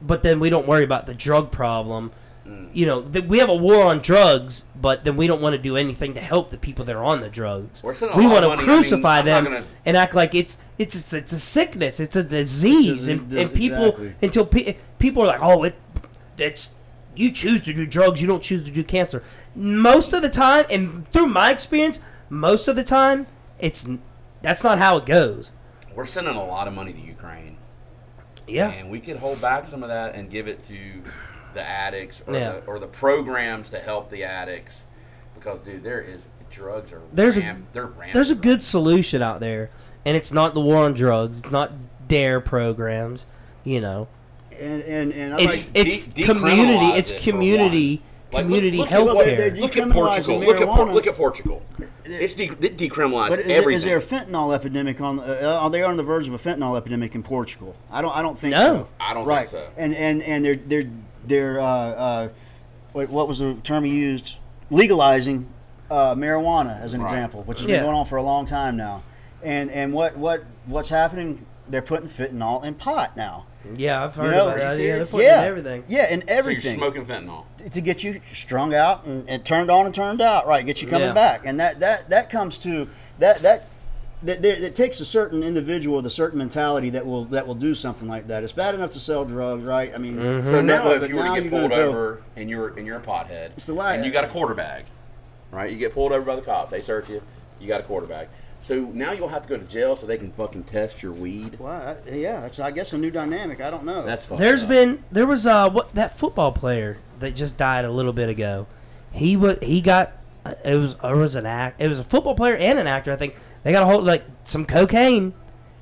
but then we don't worry about the drug problem.
Mm.
You know, th- we have a war on drugs, but then we don't want to do anything to help the people that are on the drugs.
We're sending a
we want
lot of
to
money- I mean,
crucify
I'm not
them
gonna-
and act like it's it's it's, it's a sickness, it's a disease, and, and people
Exactly.
until pe- people are like, oh, it it's you choose to do drugs, you don't choose to do cancer. Most of the time, and through my experience, most of the time, it's n- that's not how it goes.
We're sending a lot of money to Ukraine.
Yeah,
and we could hold back some of that and give it to the addicts or,
Yeah.
the, or the programs to help the addicts because dude there is drugs are
There's a-
ram, they're rampant
there's a
right
good solution out there, and it's not the war on drugs. It's not dare E programs. You know,
And and and I
now.
It's-
like,
Like,
it's
de-
community-
decriminalize
it's
it for
community-
one. Like,
community
look,
health
look, look,
care.
they're
Look at Portugal.
decriminalizing
Look at, Por-
marijuana.
look at Portugal. It's de- it decriminalized
but is,
everything.
is there a fentanyl epidemic on? Uh, are they on the verge of a fentanyl epidemic in Portugal? I don't. I don't think
No.
so.
I don't think
right.
so.
And and and they're they're they're uh, uh, wait, what was the term he used? Legalizing uh, marijuana as an
Right.
example, which has
Yeah.
been going on for a long time now. And and what what what's happening? They're putting fentanyl in pot now.
yeah, I've heard
know,
about
are you
that. Yeah, they're
serious?
putting
yeah,
in everything.
Yeah, and
so you're
everything
smoking fentanyl.
to get you strung out and, and turned on and turned out. Right, get you coming
Yeah.
back, and that that that comes to that that that, that, that takes a certain individual with a certain mentality that will that will do something like that. It's bad enough to sell drugs, right? I mean,
So now,
but
Mm-hmm. if you were to
now
get
you're gonna
pulled
go-
over and you're and you're a pothead,
It's the lie.
and you got a quarterback, right? You get pulled over by the cops. They search you. You got a quarterback. So now you'll have to go to jail so they can fucking test your weed.
Well, I, yeah, that's I guess a new dynamic. I don't know.
That's fucked.
There's
up.
been there was uh what that football player that just died a little bit ago. He was he got uh, it was it was an act it was a football player and an actor I think they got a hold like some cocaine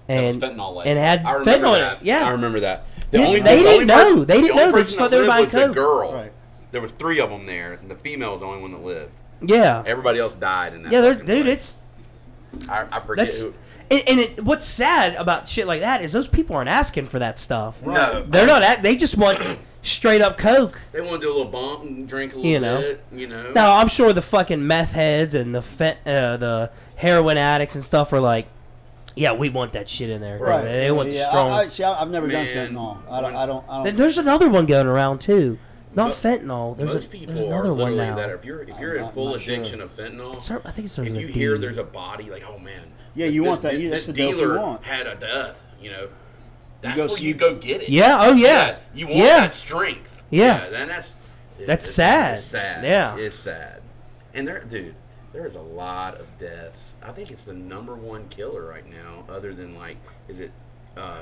That was
and
fentanyl laced.
and had
I remember
fentanyl in
that.
it. Yeah,
I remember that. The
They- they
the
didn't know.
person-
They didn't
the only
know. They
person
just
that
thought they were
lived
buying
was the
coke.
girl.
Right.
There was three of them there, and the female was the only one that lived.
yeah,
Everybody else died in that.
yeah. There's
fucking
dude,
place.
it's
I, I forget
that's
who.
and, and it, what's sad about shit like that is those people aren't asking for that stuff.
No,
They're not. At, they just want straight up coke.
They want to do a little bump and drink a little
You know.
bit. You know.
No, I'm sure the fucking meth heads and the fe- uh, the heroin addicts and stuff are like, yeah, we want that shit in there.
Right.
They want
yeah,
the strong.
I, I, see, I, I've never
Man.
done fentanyl. I don't. I don't. I
And
don't
there's another one going around too. Not
Mo-
fentanyl. There's,
Most
a,
people
there's
are
another one
literally
now.
that. If you're if you're
I'm
in
not-
full
not sure.
addition of fentanyl,
Sir- I think it's
if
sort of
you
a
hear
D.
there's a body, like oh man,
Yeah, you
this-
want that-
This,
yeah, that's
this
the dope you
dealer
want.
had a death. You know, that's
go
where
see-
you go get it.
Yeah. Oh yeah.
You want
yeah.
that strength.
Yeah.
Then that's dude,
That's
it's-
sad.
It's sad.
Yeah.
It's sad. And there, dude, there is a lot of deaths. I think it's the number one killer right now, other than like, is it uh,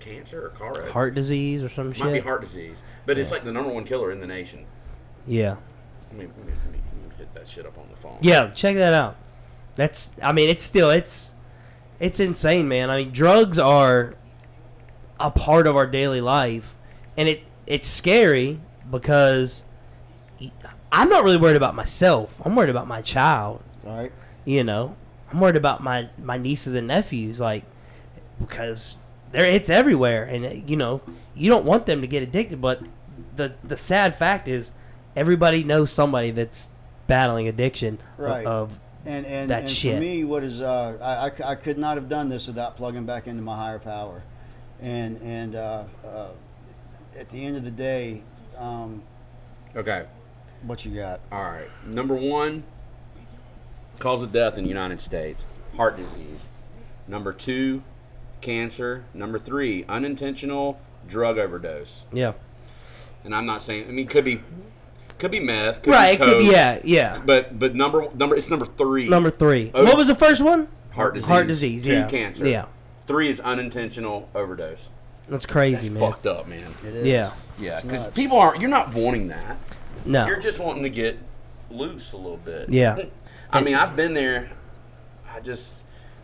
cancer or car? accident?
Heart disease or some
Might be
shit.
heart disease, but it's like the number one killer in the nation.
Yeah.
Let me, let me, let me- let me hit that shit up on the phone.
Yeah. Check that out. That's. I mean, it's still. It's. It's insane, man. I mean, drugs are a part of our daily life, and it it's scary because I'm not really worried about myself. I'm worried about my child.
all right.
you know i'm worried about my my nieces and nephews like because they're it's everywhere and uh, you know you don't want them to get addicted but the the sad fact is everybody knows somebody that's battling addiction o-
Right.
of
And and,
That
and
shit.
for me, what is uh, I, I c- I could not have done this without plugging back into my higher power, and and uh, uh, at the end of the day, um,
Okay.
what you got?
All right. Number one, cause of death in the United States, heart disease. Number two, cancer. Number three, unintentional drug overdose.
yeah
And I'm not saying. I mean, could be, could be meth. Could
right it
Be
could,
coke,
yeah yeah
But but number number it's number three.
number three
Oh.
what was the first one
heart disease.
heart disease
Two
yeah
cancer.
yeah
Three is unintentional overdose.
that's crazy man
Fucked up, man.
It is.
yeah
Yeah, because
nuts.
people aren't. You're not wanting that.
no
You're just wanting to get loose a little bit.
Yeah.
I mean, I've been there. I just,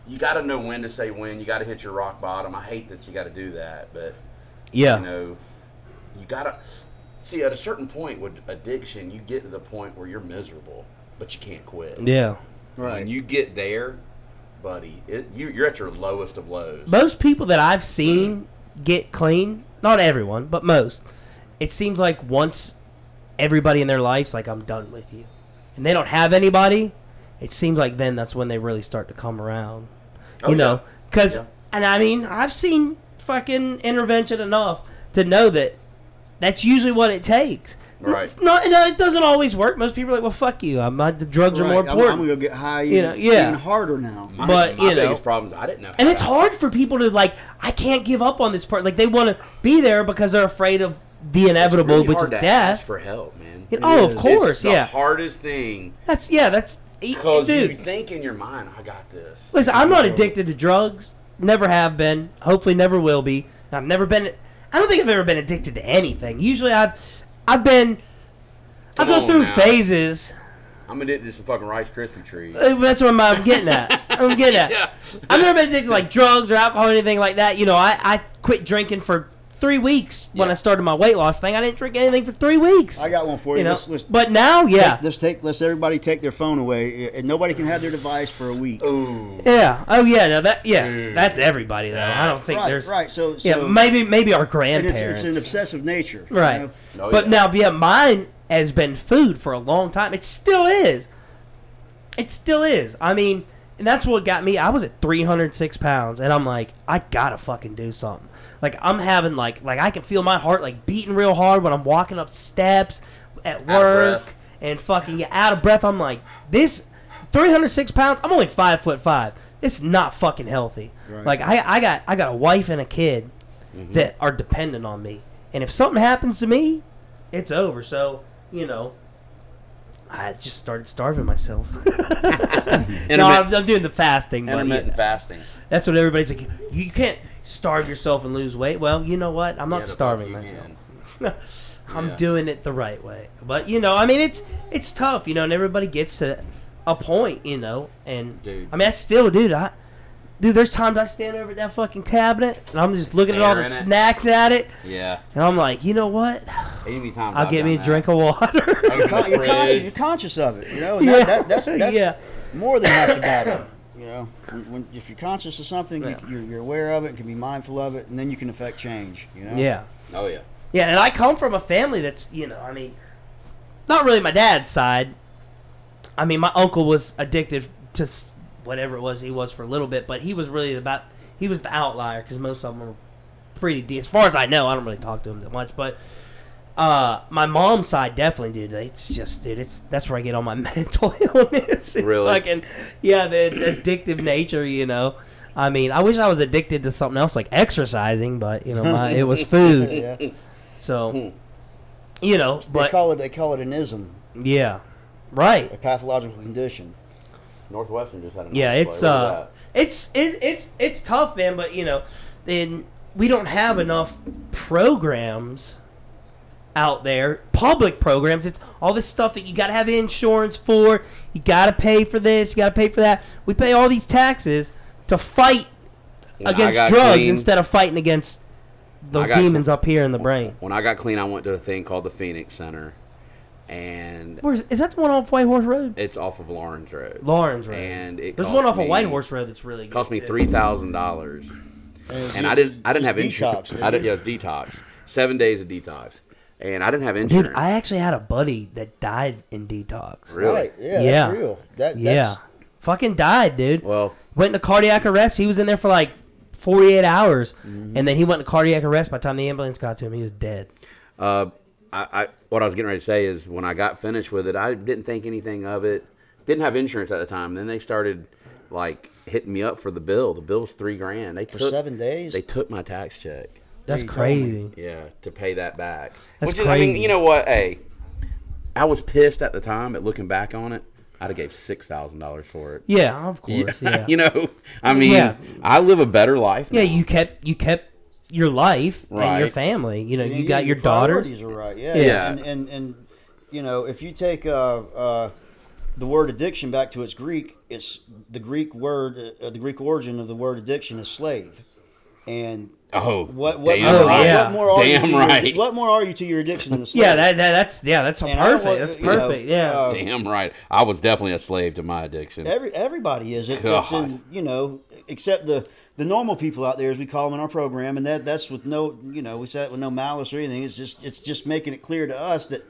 you got to know when to say when. You got to hit your rock bottom. I hate that you got to do that, but
yeah
you know, you got to see at a certain point with addiction, you get to the point where you're miserable, but you can't quit.
yeah
Right.
When you get there, buddy, it, you, you're at your lowest of lows.
most people that I've seen get clean, not everyone, but most, it seems like once everybody in their life's like, I'm done with you, and they don't have anybody, it seems like then that's when they really start to come around.
Oh,
you know?
yeah.
'Cause know? Because,
Yeah.
and I mean, I've seen fucking intervention enough to know that that's usually what it takes.
Right.
It's not, and it doesn't always work. Most people are like, well, fuck you. I'm not, the drugs
Right,
are more
I'm-
important.
I'm, gonna go get high.
You know,
even-
yeah.
Even harder now.
My-
but,
my
you know.
biggest problem is I didn't know.
And
how
it's
to-
hard for people to like. I can't give up on this part. Like they want to be there because they're afraid of the
it's really
inevitable, which
hard
is
to
death.
Ask for help, man.
It- oh, of
is.
course,
it's the
yeah.
hardest thing
That's yeah. That's e-
because you
dude.
think in your mind, I got this.
Listen, I'm not addicted to drugs. Never have been. Hopefully, never will be. I've never been. I don't think I've ever been addicted to anything. Usually, I've I've been. I
Come
go
on
through
now.
phases.
I'm addicted to some fucking Rice Krispie trees.
Uh, That's what I'm- I'm getting at. I'm getting at.
Yeah.
I've never been addicted to like drugs or alcohol or anything like that. You know, I, I quit drinking for three weeks when
Yeah.
I started my weight loss thing. I didn't drink anything for three weeks.
I got one for you.
you know,
Let's- let's-
but now, yeah,
Let's take. Let's everybody take their phone away, eh, and nobody can have their device for a week.
Ooh,
yeah, oh yeah, no, that yeah,
Dude.
that's everybody though. I don't think
right.
there's
right. So, so
yeah, maybe maybe our
and it's,
grandparents,
it's an obsessive nature. you
right?
know?
Oh,
but
yeah.
now, yeah, mine has been food for a long time. It still is. It still is. I mean, and that's what got me. I was at 306 pounds, and I'm like, I gotta fucking do something. Like I'm having like like I can feel my heart like beating real hard when I'm walking up steps at work
breath.
and fucking yeah, out of breath. I'm like, this 306 pounds. I'm only five foot five. it's not fucking healthy.
Right.
Like I, I got I got a wife and a kid that are dependent on me, and if something happens to me, it's over. So you know, I just started starving myself. no, I'm, I'm doing the fasting, but
intermittent fasting.
that's what everybody's like. You can't starve yourself and lose weight. Well, you know what? I'm not
Yeah, the fuck
starving
you
myself.
can.
I'm
Yeah.
doing it the right way. But you know, I mean, it's it's tough, you know, and everybody gets to a point, you know, and
Dude.
I mean, I still, dude, I. Dude, there's times I stand over at that fucking cabinet and I'm just looking at all the
Staring at it.
snacks at it
Yeah.
and I'm like, you know what?
Any time.
I'll
I've
get me a
done that.
drink of water.
Okay.
Con- you're, conscious,
Fridge.
you're conscious of it, you know. and
Yeah.
that, that, that's that's
Yeah.
more than half the battle. You know, when, when, if you're conscious of something, you,
Yeah.
you're, you're aware of it, and can be mindful of it, and then you can affect change. You know.
yeah.
Oh yeah.
Yeah, and I come from a family that's, you know, I mean, not really my dad's side. I mean, my uncle was addicted to s- whatever it was he was for a little bit, but he was really about, he was the outlier because most of them were pretty de As far as I know, I don't really talk to him that much, but uh, my mom's side definitely, dude. It's just, dude, it's that's where I get all my mental illness. and
Really?
fucking, yeah, the, the addictive nature, you know. I mean, I wish I was addicted to something else like exercising, but you know, my, it was food.
Yeah. They
Hmm.
So, you know, but
call it they call it an ism,
yeah, right.
a pathological condition.
Northwestern just had a.
Yeah,
nice
it's
play. Look at
uh, it's it, it's it's tough, man. But you know, then we don't have enough programs out there, public programs. It's all this stuff that you got to have insurance for. You got to pay for this. You got to pay for that. We pay all these taxes to fight
that. When I
against
got
drugs
clean-
instead of fighting against the
I got
demons up here in the brain.
When I got clean, I went to a thing called the Phoenix Center, and
Where's is that the one off White Horse Road?
it's off of Lawrence Road.
Lawrence Road.
And it
There's
cost
one off
me-
of White Horse Road that's really good.
cost me
too.
three thousand dollars,
And,
and I didn't. I didn't have
it's
insurance.
detox,
I didn't. Yeah, it was detox. Seven days of detox, and I didn't have insurance.
Dude, I actually had a buddy that died in detox.
really.
Right. Yeah.
Yeah.
That's real. That, that's,
Yeah. Fucking died, dude.
Well,
went into cardiac arrest. He was in there for like 48 hours.
Mm-hmm.
And then he went to cardiac arrest. By the time the ambulance got to him, he was dead.
uh, I, I what I was getting ready to say is when I got finished with it, I didn't think anything of it. Didn't have insurance at the time. Then they started like hitting me up for the bill. The bill's three grand. They
For
took,
seven days.
They took my tax check.
That's
you
crazy.
Yeah, to pay that back.
That's
Which is, I mean,
crazy.
you know what? Hey, I was pissed at the time, but looking back on it, I'd have gave six thousand dollars for it.
Yeah, of course. Yeah.
you know, I mean,
Yeah.
I live a better life.
yeah,
now.
you kept you kept your life and your
Right.
family. You know, you,
Yeah,
got your daughters.
priorities are right. Yeah.
Yeah.
And, and and you know, if you take uh, uh, the word addiction back to its Greek, it's the Greek word, uh, the Greek origin of the word addiction is slave. And
Oh,
what what,
damn
oh,
what,
right.
yeah.
more are
Damn
you to
right.
your, what more are you to your addiction than a slave?
Yeah, that, that that's yeah, that's
And I don't
perfect.
want-
That's
you know,
perfect. yeah.
uh,
Damn right. I was definitely a slave to my addiction.
Every everybody is it. That's in
God.
you know, except the the normal people out there, as we call them in our program, and that that's with no you know we said with no malice or anything. It's just it's just making it clear to us that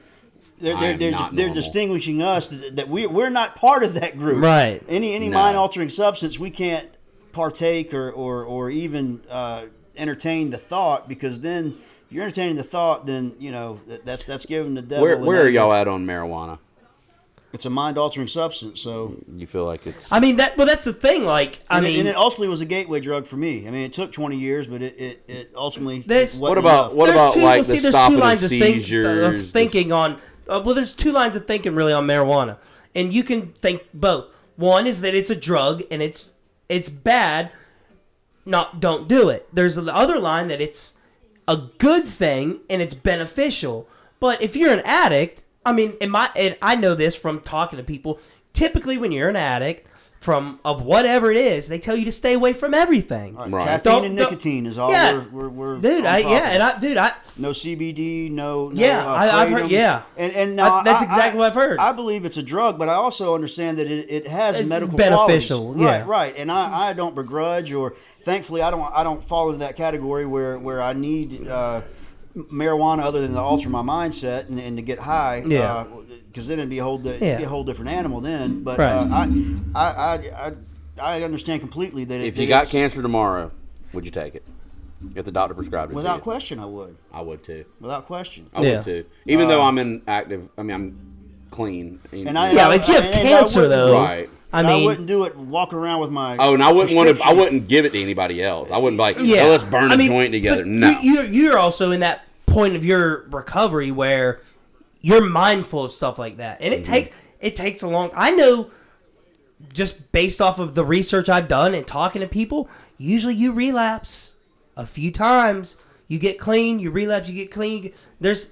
they're
I
they're
am
they're,
not
they're
normal.
distinguishing us that, that we we're not part of that group.
Right.
Any any
No.
mind altering substance we can't partake or or or even uh, entertain the thought because then. If you're entertaining the thought, then you know that- that's that's giving the devil.
where
an
where are
angle.
y'all at on marijuana?
It's a mind-altering substance, so
You feel like it's
I mean that well that's the thing, like I
and, it-
mean
and it ultimately was a gateway drug for me. I mean, it took 20 years, but it, it, it ultimately.
This-
wasn't
What about-
enough.
what-
there's two,
like,
well,
the
see, there's
stopping
two
of
lines of, think-
seizures,
of
the-
thinking on. Uh, well, there's two lines of thinking really on marijuana, and you can think both. One is that it's a drug and it's it's bad. Not don't do it. There's the other line that it's a good thing and it's beneficial. But if you're an addict, I mean, in my and I know this from talking to people. Typically, when you're an addict from of whatever it is, they tell you to stay away from everything.
All
Right.
Caffeine
Don't-
and
don't-
nicotine is all
yeah.
we're, we're, we're
Dude,
on
I,
top
yeah,
of.
and I, dude, I,
no CBD, no, no
Yeah,
uh,
I- I've heard-
kratom.
yeah.
and and now
I- that's
I-
exactly
I-
what I've heard.
I believe it's a drug, but I also understand that it, it has
It's
medical
beneficial,
qualities.
yeah.
Right, right, and I, I don't begrudge or thankfully I don't I don't fall into that category where where I need uh, marijuana other than to alter my mindset and, and to get high.
Yeah.
because then it'd be a whole di-
Yeah.
be a whole different animal then. But
Right.
uh, I, I I I I understand completely that it,
if you
that
got
it's-
cancer tomorrow, would you take it? If the doctor prescribed it, to
without
you?
question, I would.
I would too.
Without question.
I
Yeah.
would too. Even though I'm in active, I mean I'm clean.
And I-
Yeah, but if you have
Uh, And I
cancer
wouldn't-
though,
right.
I
I,
mean,
wouldn't do it. Walking around with my
Oh, and I wouldn't want to. I
prescription.
wouldn't give it to anybody else. I wouldn't be like,
yeah.
yeah. let's burn
I
a
mean,
joint together.
but
No.
you, you're you're also in that point of your recovery where you're mindful of stuff like that, and it
Mm-hmm.
takes it takes a long. I know, just based off of the research I've done and talking to people, usually you relapse a few times. You get clean, you relapse, you get clean. You get, there's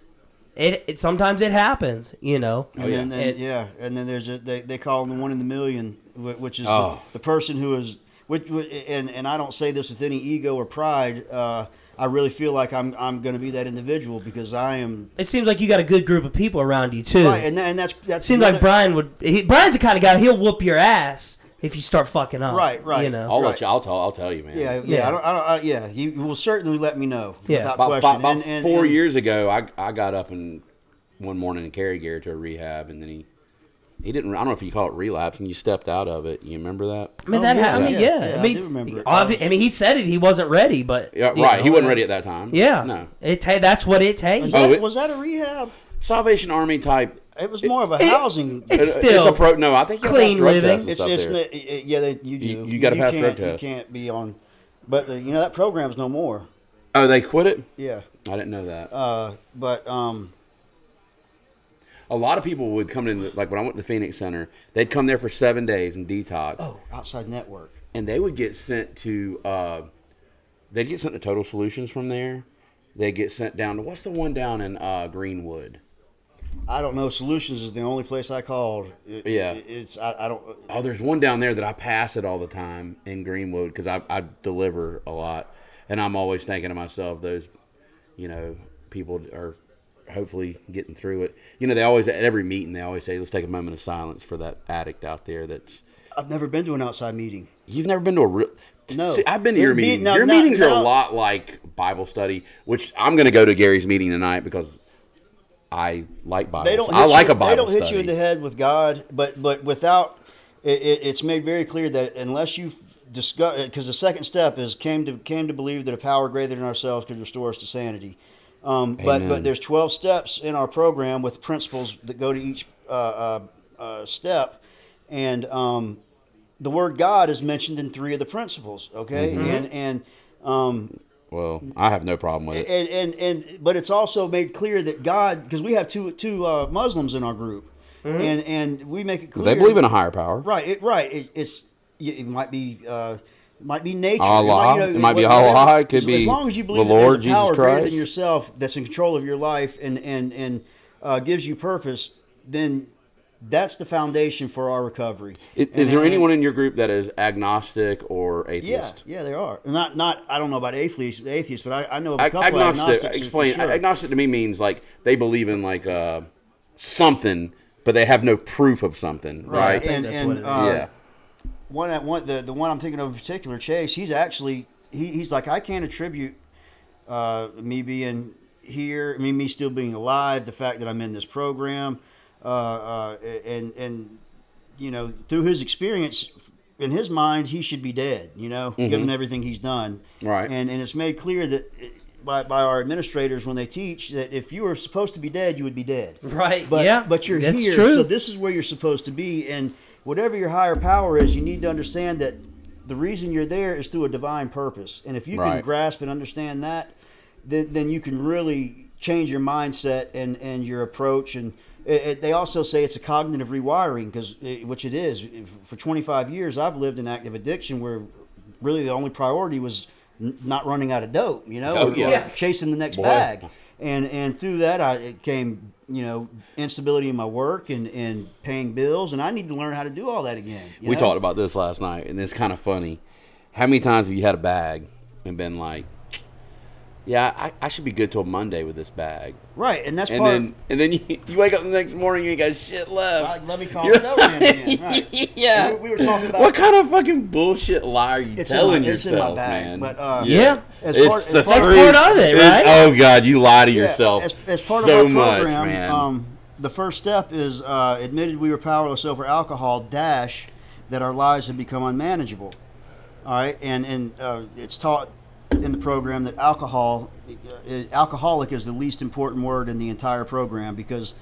it, it. Sometimes it happens, you know.
And
yeah.
then, then
It-
yeah, and then there's a, they they call them the one in the million, wh- which is
Oh.
the, the person who is which, wh- and and I don't say this with any ego or pride. Uh, I really feel like I'm I'm going to be that individual because I am
It seems like you got a good group of people around you too.
right, and, tha- and that's that's
Seems like Brian would. He, Brian's the kind of guy he'll whoop your ass if you start fucking up.
Right, right.
You know.
I'll
Right.
let you. I'll tell. I'll tell you, man.
Yeah, yeah,
Yeah.
I don't, I don't, I, yeah. He will certainly let me know.
Yeah.
without
About,
question.
about, about
And- and-
four
and-
years ago, I I got up and one morning and carried Gary to a rehab, and then he he didn't. I don't know if you call it relapsing. You stepped out of it. You remember that?
I mean,
Oh,
that
yeah,
ha- I mean,
yeah,
yeah.
yeah, I
I mean,
do remember it.
obvi- I mean, he said it. He wasn't ready, but
Yeah,
you
right.
know,
he wasn't ready at that time.
Yeah,
No.
It ta- that's what it takes.
Was, that,
Oh, it-
was that a rehab?
Salvation Army type.
It was more of a
it-
housing.
It's
it-
still
it's a pro. No, I think you have to
clean
have drug
living.
tests and
It's,
stuff
it's
there.
n- it- it- yeah, they, you do.
You- you gotta pass
can't-
drug
you
test.
can't be on, but uh, you know that program's no more.
Oh, they quit it.
Yeah,
I didn't know that.
uh, but um,
a lot of people would come in, like when I went to the Phoenix Center, they'd come there for seven days and detox,
oh, outside network.
and they would get sent to, uh, they'd get sent to Total Solutions from there. They would get sent down to what's the one down in uh, Greenwood?
I don't know. Solutions is the only place I called. It-
Yeah.
it- it's I, I don't.
Oh, there's one down there that I pass it all the time in Greenwood because I, I deliver a lot, and I'm always thinking to myself, those, you know, people are hopefully getting through it. You know, they always at every meeting they always say, let's take a moment of silence for that addict out there that's
I've never been to an outside meeting.
You've never been to a real.
No.
See, I've been to
We've
your
been-
meetings.
no,
your
no,
meetings are a
no.
lot like Bible study, which I'm going to go to Gary's meeting tonight because I like Bible.
They don't.
I
hit
like
you,
a Bible
They don't
study.
hit you in the head with God, but but without it, it, it's made very clear that unless you discuss, because the second step is came to came to believe that a power greater than ourselves could restore us to sanity. Um, but but
Amen.
there's 12 steps in our program with principles that go to each uh, uh, uh, step, and um, the word God is mentioned in three of the principles. Okay,
Mm-hmm.
and and um,
well, I have no problem with it.
and and and but it's also made clear that God, because we have two two uh, Muslims in our group, and and we make it clear
Mm-hmm. They believe in a higher power.
right. It, right. It, it's it it might be. Uh, it might be nature.
Allah. It might be
whatever.
Allah. It could
as,
be
as long as you
the
believe
Lord
that there's a
Jesus
power greater
Christ.
than yourself that's in control of your life and and and uh, gives you purpose, then that's the foundation for our recovery.
Is
And-
is there
and-
anyone in your group that is agnostic or atheist?
Yeah, yeah, there are. Not not. I don't know about atheists, atheists, but I, I know of a
Ag-
couple of
agnostic.
agnostics. for
Explain.
sure.
Agnostic to me means like they believe in like uh, something, but they have no proof of something,
I
right?
think
and-
that's
and,
what it is.
uh,
yeah.
one at one the, the one I'm thinking of in particular, Chase, he's actually he, he's like I can't attribute uh, me being here, I mean me still being alive, the fact that I'm in this program, uh, uh, and and you know through his experience in his mind he should be dead, you know, given everything he's done,
Mm-hmm. Right.
And and it's made clear that. by, by our administrators when they teach that if you were supposed to be dead you would be dead
Right.
but
yeah.
but you're
that's
here,
True.
so this is where you're supposed to be. And whatever your higher power is, you need to understand that the reason you're there is through a divine purpose. And if you can
Right.
grasp and understand that, then then you can really change your mindset and and your approach. And it, it- they also say it's a cognitive rewiring because which it is. For 25 years, I've lived in active addiction where really the only priority was n- not running out of dope, you know,
Oh,
or-
yeah.
or
Yeah.
chasing the next
Boy.
bag and and through that I it came you know instability in my work and and paying bills and I need to learn how to do all that again. you
We
know?
talked about this last night, and it's kind of funny. How many times have you had a bag and been like, "Yeah, I, I should be good till Monday with this bag,"
right, and that's
and
part.
then and then you, you wake up the next morning, you ain't got shit
I,
left.
let me call it Dolan again. Right.
yeah.
We, we were talking about
What kind of fucking bullshit lie are you
It's in my-
telling
it's in my
yourself,
bag,
man?
but, uh,
Yeah.
As
it's
part- as
the
part- That's
truth.
part of it,
It's-
right?
oh god, you lie to yourself
Yeah, as, as part
so
of our program,
much, man.
Um, the first step is uh, admitted we were powerless over alcohol. Dash that our lives had become unmanageable. All right, and and uh, it's taught in the program that uh, alcohol, uh, alcoholic is the least important word in the entire program because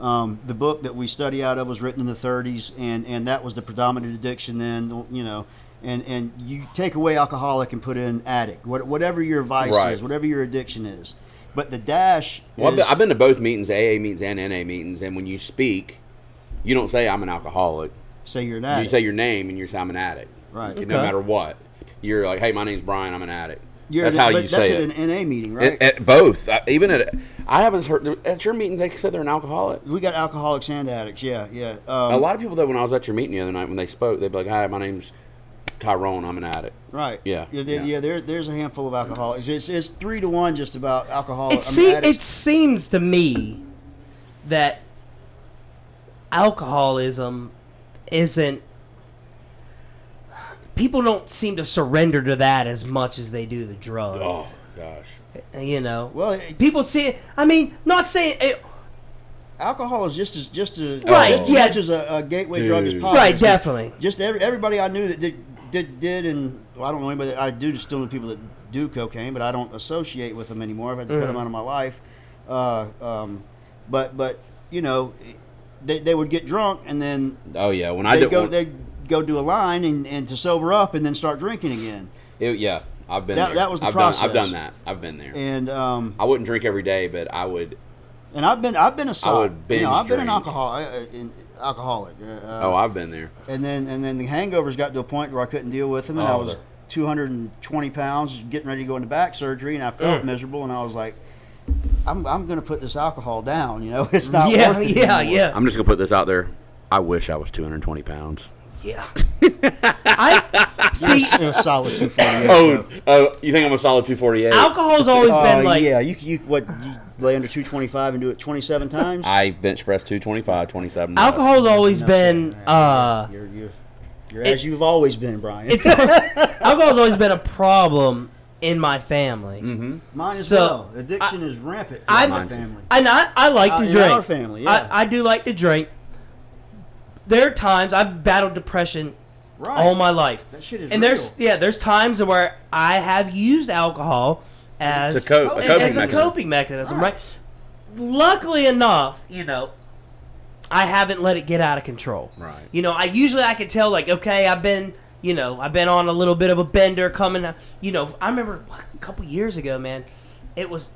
Um, the book that we study out of was written in the 30s, and, and that was the predominant addiction then, you know. And, and you take away alcoholic and put in addict, what, whatever your vice
Right.
is, whatever your addiction is. But the dash
Well, I've
is,
been, I've been to both meetings, AA meetings and NA meetings, and when you speak, you don't say I'm an alcoholic.
say you're an
You
addict.
say your name and you're saying I'm an addict.
Right.
No
Okay.
matter what, you're like, hey, my name's Brian. I'm an addict.
You're
that's
an-
how
but
you
that's
say
at
it.
an NA meeting, right?
At, at both, I, even at I haven't heard at your meeting they said they're an alcoholic.
we got alcoholics and addicts. Yeah, yeah. Um,
A lot of people though, when I was at your meeting the other night when they spoke, they'd be like, hi, my name's Tyrone. I'm an addict.
Right.
Yeah.
Yeah. There,
Yeah.
yeah. there, there's a handful of alcoholics. It's, it's three to one just about alcohol.
It, se- it seems to me that alcoholism isn't. People don't seem to surrender to that as much as they do the drug.
Oh gosh.
You know,
Well, it-
people see it. I mean, not saying it,
alcohol is just as just as
Right,
Just as
yeah.
much as a, a gateway drug as
Dude.
pot.
right,
is.
definitely.
Just every, everybody I knew that did did, did and well, I don't know anybody. That, I do still know people that do cocaine, but I don't associate with them anymore. I've had to cut them out of my life. Uh, um, but but you know, they, they would get drunk and then
Oh yeah. When I
they
did
go
one-
they go do a line and, and to sober up and then start drinking again.
it- yeah, I've been
That-
there.
that was the
I've Done,
process.
I've done that. I've been there.
And um,
I wouldn't drink every day, but I would.
And I've been I've been a sob.
would binge
you know, I've been an
drink.
alcohol uh, in, alcoholic. Uh,
Oh,
oh,
I've been there.
and then and then the hangovers got to a point where I couldn't deal with them, and
Oh,
I was
they're-
220 pounds, getting ready to go into back surgery, and I felt miserable, and I was like, I'm I'm going to put this alcohol down. You know, it's not
Yeah,
worth it
yeah,
anymore.
yeah,
I'm just gonna put this out there. I wish I was 220 pounds.
yeah. I see.
It was solid 240.
Oh, oh, you think I'm a solid 248?
Alcohol's always been
Uh,
like
yeah, you you what you lay under 225 and do it 27 times.
I bench press 225, 27.
alcohol's always
No,
been
man,
uh
you're you're, you're as you've always been, Brian.
it's alcohol's always been a problem in my family. Mm-hmm.
Mine as
so,
well. Addiction is rampant.
I-
in my
Mine too.
family.
And I, I like
Uh,
to
in
drink.
our family, yeah.
I, I do like to drink. There are times I've battled depression
Right.
all my life.
That shit is
and there's
real.
yeah, there's times where I have used alcohol as
To cope- a coping
as a
mechanism.
coping mechanism, right. Luckily enough, you know, I haven't let it get out of control.
Right.
You know, I usually I can tell like, okay, I've been, you know, I've been on a little bit of a bender coming. You know, I remember a couple years ago, man, it was,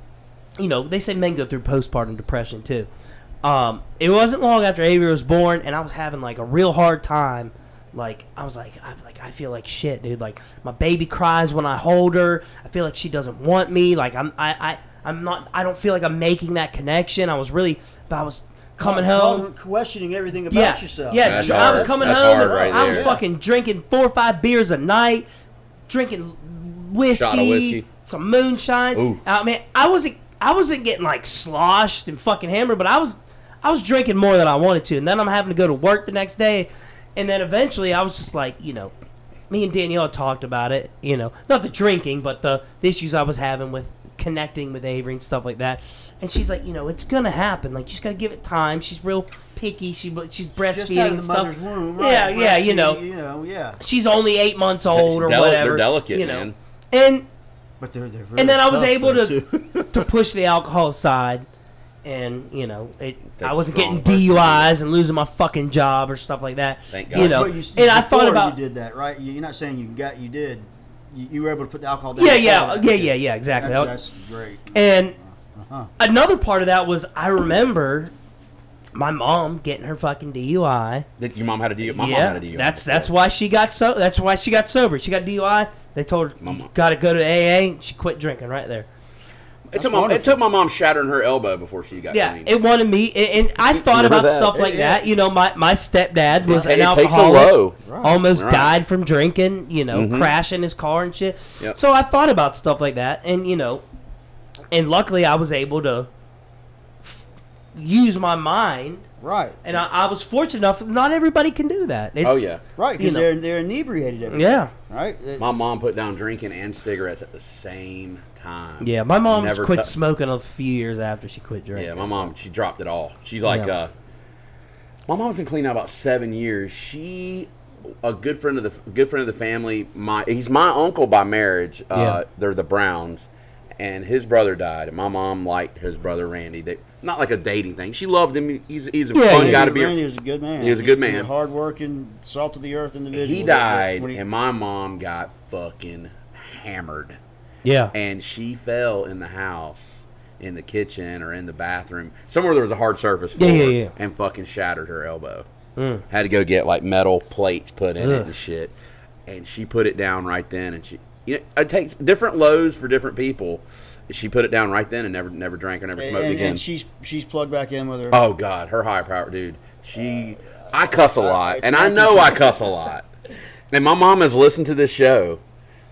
you know, they say men go through postpartum depression too. Um, it wasn't long after Avery was born, and I was having like a real hard time. Like I was like I like I feel like shit, dude. Like my baby cries when I hold her. I feel like she doesn't want me. Like I'm I I I'm not I don't feel like I'm making that connection. I was really I was coming home.
Causing- questioning everything about
Yeah,
yourself.
yeah.
That's
dr- I was
hard.
coming
That's
home.
hard
and
right
I was
there.
fucking drinking four or five beers a night, drinking whiskey,
Shot of whiskey.
some moonshine.
Ooh.
I mean, I wasn't, I wasn't getting like sloshed and fucking hammered, but I was, I was drinking more than I wanted to, and then I'm having to go to work the next day, and then eventually I was just like, you know, me and Danielle talked about it. You know, not the drinking, but the, the issues I was having with connecting with Avery and stuff like that. And she's like, you know, it's gonna happen. Like, you just gotta give it time. She's real picky. She she's
Just
breastfeeding
out of
and
the
stuff.
mother's womb.
yeah,
right,
yeah, you
breastfeeding,
know,
you know, yeah.
she's only eight months old or
del- they're
whatever.
delicate,
you know.
man.
And
But they're they're very
and then I was
tough,
able
though,
to
too.
to push the alcohol aside, and you know, it.
That's
I wasn't
strong
getting
of her to do
DUIs and losing my fucking job or stuff like that.
Thank
You
God.
know,
But you-
and I
before
thought about
you did that, right? You- You're not saying you got you did. You, you were able to put the alcohol down.
yeah,
before
yeah,
that.
yeah, yeah, yeah, exactly.
That's, that's great.
And
Uh-huh.
another part of that was I remember my mom getting her fucking DUI.
That your mom had a DUI. My
yeah,
mom had a DUI.
that's that's why she got so. That's why she got sober. She got DUI. They told her
My mom.
got to go to AA. and She quit drinking right there.
It took, my, it took my mom shattering her elbow before she got
Yeah,
clean.
it wanted me, and, and I thought
Remember
about
that.
stuff like
Yeah.
that. You know, my, my stepdad was
Yeah.
an
And it takes a
alcoholic,
low.
Right.
almost
Right. Mm-hmm.
died from drinking. You know, crashing his car and shit.
Yep.
So I thought about stuff like that, and you know, and luckily I was able to f- use my mind,
Right,
and I, I was fortunate enough. Not everybody can do that. It's,
oh yeah.
right,
You
because
know.
they're they're inebriated. Every
yeah,
right. It-
My mom put down drinking and cigarettes at the same time.
yeah. My mom
Never
quit
tou-
smoking a few years after she quit drinking.
Yeah, my mom, she dropped it all. She's like,
Yeah.
uh, my mom's been clean now about seven years. She, a good friend of the good friend of the family. My he's my uncle by marriage. Uh,
Yeah.
They're the Browns, and his brother died, and my mom liked his brother Randy. They not like a dating thing. She loved him. He's he's a
Yeah,
fun
yeah,
guy to be.
Randy was a good man.
He was a good man.
a hardworking, salt of the earth individual.
He
When
died,
when he-
and my mom got fucking hammered,
Yeah.
and she fell in the house. In the kitchen or in the bathroom, somewhere there was a hard surface floor,
Yeah, yeah, yeah. Mm.
and fucking shattered her elbow. Had to go get like metal plates put in it
Ugh.
and shit. And she put it down right then. And she, you know, it takes different lows for different people. She put it down right then and never, never drank or never
and,
smoked
and
again.
she's she's plugged back in with her.
oh God, her high power, dude. She, I cuss a lot,
Uh, it's
and I
not
know I cuss a lot. And my mom has listened to this show,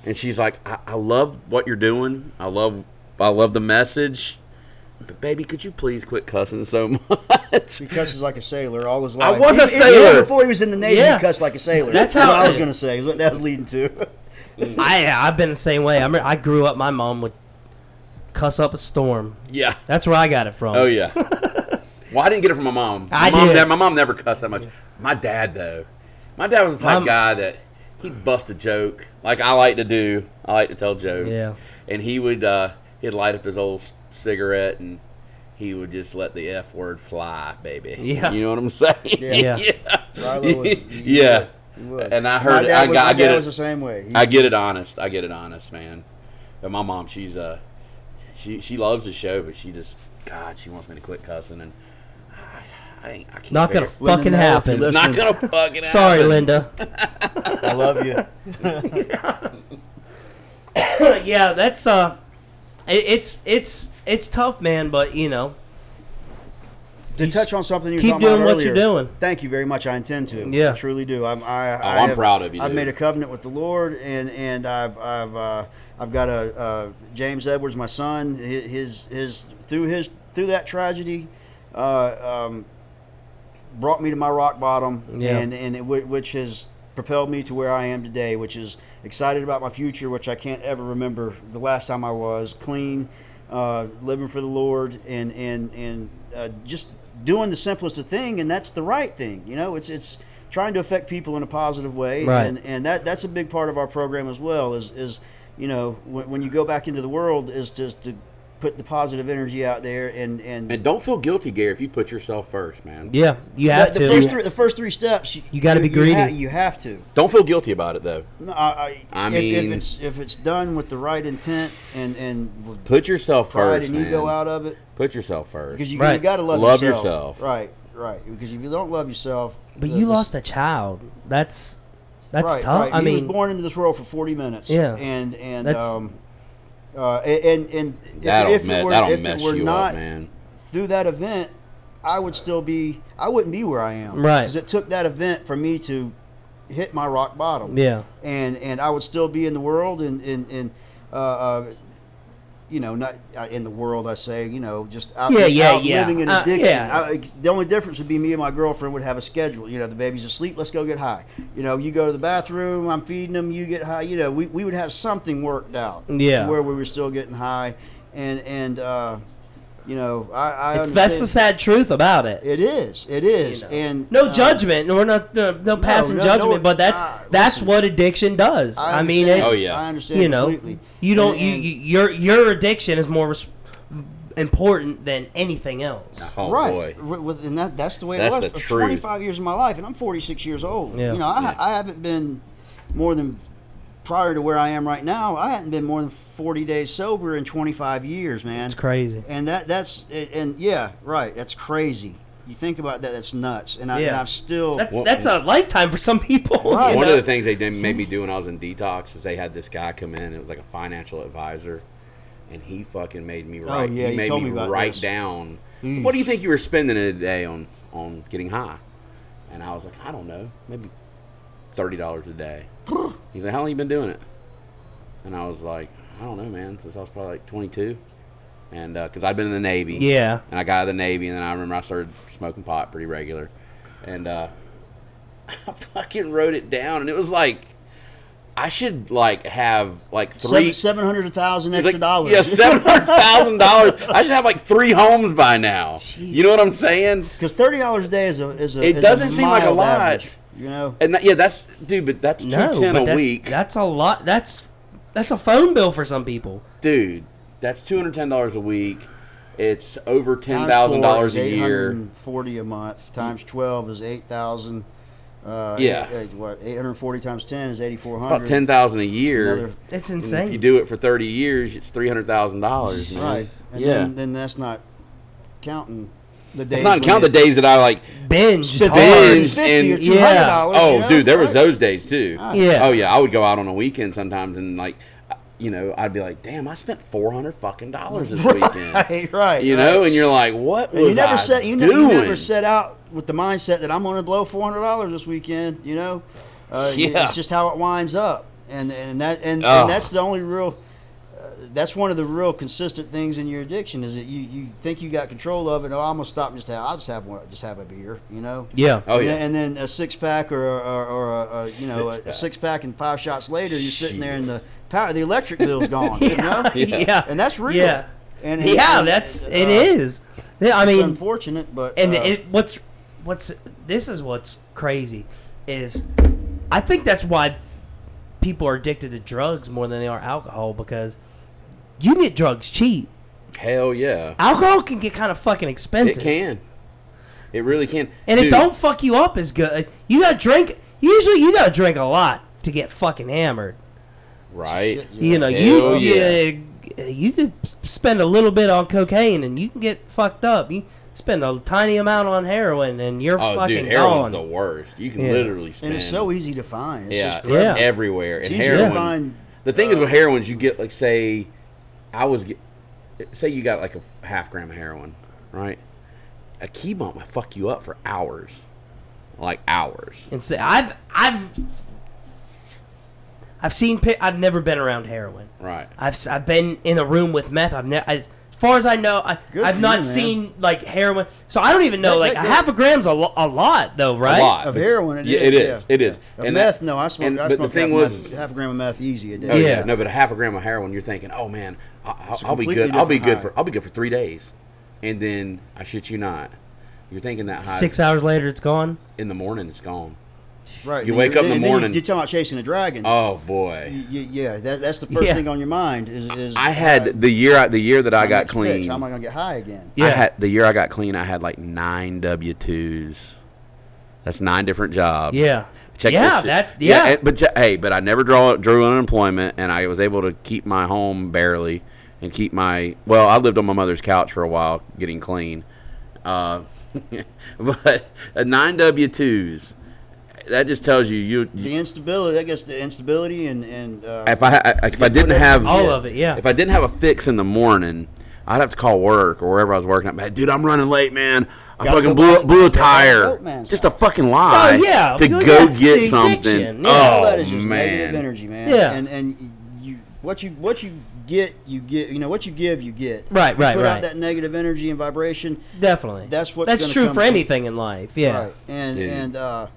and she's like, I, I love what you're doing. I love, I love the message. But baby, could you please quit cussing so much?
He cusses like a sailor all his life.
was a
Even- even
sailor.
before he was in the Navy,
Yeah.
he cussed like a sailor.
That's
what
how-
I was going to say. Is what that was leading to.
I I've been the same way. I mean, I grew up. My mom would cuss up a storm.
yeah.
That's where I got it from.
Oh yeah. well, I didn't get it from my mom. My
I
mom
did.
ne- my mom never cussed that much. My dad though, my dad was the type
Mom-
guy that he'd bust a joke like I like to do. I like to tell jokes.
Yeah.
And he would uh, he'd light up his old c- cigarette and he would just let the f word fly, baby.
Yeah.
You know what I'm saying?
Yeah.
Rilo was-
yeah.
He would.
And I
My
heard it.
dad,
I,
was,
got,
my
I get
dad
it.
was the same way. He-
I get it honest. I get it honest, man. But my mom, she's uh she she loves the show, but she just God, she wants me to quit cussing and I, I ain't I can't
Not gonna
figure-
Linda,
fucking
no, if you
happen.
listen-
not gonna fucking
Sorry,
happen.
Linda.
I love you.
yeah, that's uh, it, it's it's it's tough, man. But you know,
To touch on something you were
keep
talking about
doing what you're
earlier,
doing.
Thank you very much. I intend to.
Yeah.
I truly do. I'm. I,
Oh,
I
I'm
have-
proud of you,
I've
dude.
made a covenant with the Lord, and and I've I've uh, I've got a uh, James Edwards, my son. hi- His his through his through that tragedy, uh, um, brought me to my rock bottom,
Yeah.
and and it, whi- which has propelled me to where I am today, which is excited about my future, which I can't ever remember the last time I was clean, uh, living for the Lord, and and and uh, just doing the simplest of thing, and that's the right thing. You know, it's it's trying to affect people in a positive way,
Right.
and and that that's a big part of our program as well. Is is you know when, when you go back into the world is just to put the positive energy out there and and
And don't feel guilty, Gary, if you put yourself first, man.
Yeah, you
the,
have
the
to.
first three, the first three steps.
You gotta be
You, ha-
greedy.
you have to.
Don't feel guilty about it though.
No, I, I,
I
if, if
mean-
it's if it's done with the right intent and and with
Put yourself
pride
first.
and ego
man.
out of it,
Put yourself first.
because you,
Right.
you got to love,
Love
yourself.
yourself.
Right, right. Because if you don't love yourself,
but
the-
you
the-
lost a child. That's that's
right,
tough.
right.
I
he
mean,
was born into this world for forty minutes.
Yeah.
and and
That's-
um, uh, and and, and if-
that'll
if,
me-
it were,
that'll
if
mess
it were
you
not
up, man.
through that event, I would still be I wouldn't be where I am.
Right.
Because it took that event for me to hit my rock bottom.
Yeah.
And and I would still be in the world and and and uh, uh, you know not uh, in the world I say you know just out,
Yeah, yeah,
out
yeah.
living in
Uh,
addiction.
yeah.
I, the only difference would be me and my girlfriend would have a schedule. You know the baby's asleep, let's go get high. You know you go to the bathroom, I'm feeding him, you get high. You know we, we would have something worked out.
Yeah.
Where we were still getting high, and and. Uh, you know, I, I
it's, that's the
understand-
sad truth about it.
it is. It is.
know.
And
no
uh,
judgment. We're not no, no passing
no, no,
judgment, but that's
uh,
that's
listen.
what addiction does. I,
I,
mean, it's
understand.
Oh, yeah.
I understand.
you know,
completely.
you don't
And-
you,
and-
you your your addiction is more res- important than anything else.
Oh
right.
boy.
Wi- With, and that, that's the way
That's
it was
the
for
truth.
25 years of my life, and I'm 46 years old.
Yeah.
You know, I,
Yeah.
I haven't been more than prior to where I am right now. I hadn't been more than 40 days sober in 25 years, man.
It's crazy.
And that that's and yeah, right. That's crazy. You think about that. That's nuts. And, I, and
Yeah.
I've still
That's
Well-
that's a lifetime for some people. you
Right.
One
know?
of the things they did, made me do when I was in detox is they had this guy come in. It was like a financial advisor, and he fucking made me write.
Oh, yeah,
he
you
made
told
me,
me about
write
this. Mm.
down. What do you think you were spending in a day on on getting high? And I was like, I don't know, maybe thirty dollars a day. He's like, How long you been doing it? And I was like, I don't know, man. Since I was probably like 22, and because I'd been in the Navy.
Yeah.
And I got out of the Navy, and then I remember I started smoking pot pretty regular, and uh, I fucking wrote it down, and it was like I should like have like
seven,
three.
seven hundred thousand
it's
extra
like,
dollars.
Yeah, seven hundred thousand dollars. I should have like three homes by now. You know what I'm saying?
Because thirty dollars a day is a is a.
It
is
doesn't seem like a
mild
lot.
average, you know.
And that, yeah, that's dude, but that's
No,
two ten
but
a
that-
week,
That's a lot. That's that's a phone bill for some people.
dude. that's two hundred ten dollars a week. It's over ten thousand dollars a year.
Forty a month times twelve is eight thousand. Uh,
Yeah.
eight- eight- what eight hundred forty times ten is eighty four hundred.
About ten thousand a year.
Another-
It's
And
insane.
Mm, If you do it for thirty years, it's three hundred thousand dollars.
Right. And
yeah.
Then, then that's not counting the days.
it's not
when
count the
it-
days that I like.
binge.
Spit
hard.
binge
$150 or
and-
$200,
Yeah.
you
Oh,
know,
dude, there was
right? Ah.
those days too.
Yeah.
Oh yeah, I would go out on a weekend sometimes and like, you know, I'd be like, damn, I spent four hundred fucking dollars this weekend.
Right. Right.
You know, and you're like, what
And
was
you never
I
set you, ne-
doing?
you never set out with the mindset that I'm going to blow four hundred dollars this weekend. You know, uh, y-
Yeah.
it's just how it winds up, and and that and,
Ugh.
and that's the only real. uh, That's one of the real consistent things in your addiction is that you, you think you got control of it. Oh, I'm gonna stop and just have I'll just have one, just have a beer, you know.
Yeah.
Oh
And
yeah.
then- and then a six pack or a, or, or a, a you know a,
Six-pack.
six pack and five shots later, you're sitting there
Shit.
and the power, the electric bill's gone. You know?
Yeah.
and that's real.
Yeah.
and
yeah,
and-
that's
uh,
it is. Yeah, I
It's
mean,
unfortunate, but
and
uh,
it, what's what's this is what's crazy is I think that's why people are addicted to drugs more than they are alcohol because you can get drugs cheap.
Hell yeah.
Alcohol can get kind of fucking
It
expensive.
can. It really can.
And it
Dude,
don't fuck you up as good. You got to drink usually you got to drink a lot to get fucking hammered.
Right.
You know, you
Hell yeah.
you, you could spend a little bit on cocaine and you can get fucked up. You spend a tiny amount on heroin and you're
Oh,
fucking
dude,
gone.
heroin's the worst. You can
Yeah.
literally spend.
and it's so easy to find. It's
Yeah,
just
Yeah.
it's everywhere. And
It's easy to
heroin.
find,
the thing is
uh,
with heroin, you get like say, I was get, say you got like a half gram of heroin, right? A key bump might fuck you up for hours, like hours.
and say I've I've I've seen pi- I've never been around heroin.
Right.
I've s- I've been in a room with meth. I've never as far as I know I,
Good
I've
for
not
you, man.
seen like heroin. So I don't even know
That-
like
that-
a half a gram's a, lo- a lot though, right?
A lot
of heroin. It
Yeah,
is.
it is.
yeah.
It is.
Of
And
meth,
that-
no, I smoke.
and-
I
but
smoke
the thing
half,
was,
meth, half a gram of meth easy a day.
Oh, yeah.
Yeah.
no, but a half a gram of heroin, you're thinking, oh man, I- I'll,
It's a
I'll be
completely
good. I'll be
different
good for
high.
I'll be good for three days, and then I shit you not, you're thinking that high
Six hours later, it's gone.
in the morning it's gone.
Right.
You
then
wake
you're-
up in the
and then you-
morning.
You're talking about chasing a dragon.
Oh boy,
Y- y- yeah, that, that's the first
Yeah.
thing on your mind. Is, is
I
uh,
had the year I- the year that I
I'm
got
gonna get fixed.
clean.
How am I gonna get high again?
Yeah.
I had the year I got clean. I had like nine W twos. That's nine different jobs.
Yeah.
Check
yeah.
this shit.
That. Yeah.
and- but che- hey, but I never draw drew unemployment, and I was able to keep my home barely, and keep my well. I lived on my mother's couch for a while, getting clean. Uh, but a nine W twos. That just tells you you.
The
you
instability. I guess the instability and and uh,
if I, I if I didn't have
All of it, yeah.
If I didn't have a fix in the morning, I'd have to call work or wherever I was working. i dude, I'm running late, man. I
Gotta
fucking
go
blew,
back-
blew
gotta go
a
to
tire.
Boat Man's
Just a fucking lie.
Oh, yeah,
To
because
go
that's the
get
addiction,
something.
yeah.
all
Oh
that is just negative
man.
energy, man.
Yeah.
And and you what you what you get you get you know what you give you get.
Right,
You
right,
Put
right.
out that negative energy and vibration.
Definitely.
That's what's
That's
gonna
true
come
for
to-
anything in life. Yeah.
Right. And
Yeah.
and uh,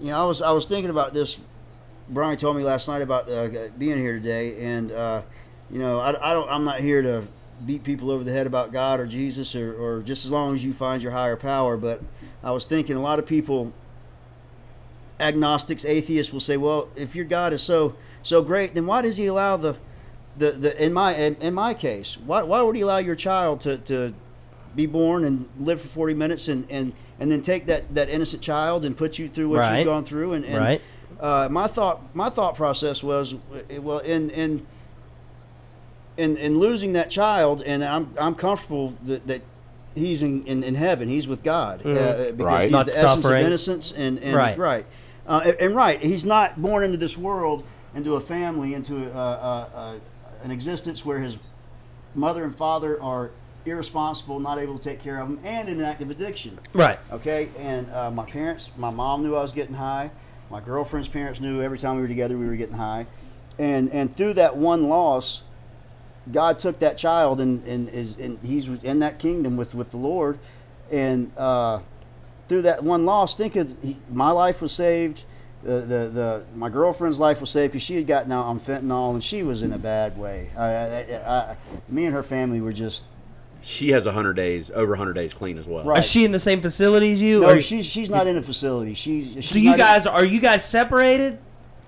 you know, I was I was thinking about this. Brian told me last night about uh, being here today, and uh, you know, I, I don't. I'm not here to beat people over the head about God or Jesus or, or just as long as you find your higher power. But I was thinking a lot of people, agnostics, atheists, will say, well, if your God is so so great, then why does He allow the the, the in my in, in my case, why, why would He allow your child to, to be born and live for 40 minutes and, and, and then take that, that innocent child and put you through what
Right.
you've gone through and, and
Right.
uh, my thought my thought process was uh, well in in in, in losing that child and I'm, I'm comfortable that, that he's in, in, in heaven he's with God uh, because he's
Right.
Mm-hmm. Not
the essence of
suffering.
innocence and, and
Right.
right, Uh, and, and right he's not born into this world into a family into a, a, a, an existence where his mother and father are irresponsible, not able to take care of them, and in an active addiction.
Right.
Okay, and uh, my parents, my mom knew I was getting high. My girlfriend's parents knew every time we were together we were getting high, and and through that one loss, God took that child and and is and he's in that kingdom with with the Lord, and uh, through that one loss, think of he, my life was saved. The, the, the my girlfriend's life was saved because she had gotten out on fentanyl and she was in a bad way. I, I, I, I, me and her family were just
She has 100 days, over 100 days clean as well.
Right.
Is she in the same facility as you?
no.
or
She's she's not in a facility. She's, she's
so you
not in-
guys are you guys separated?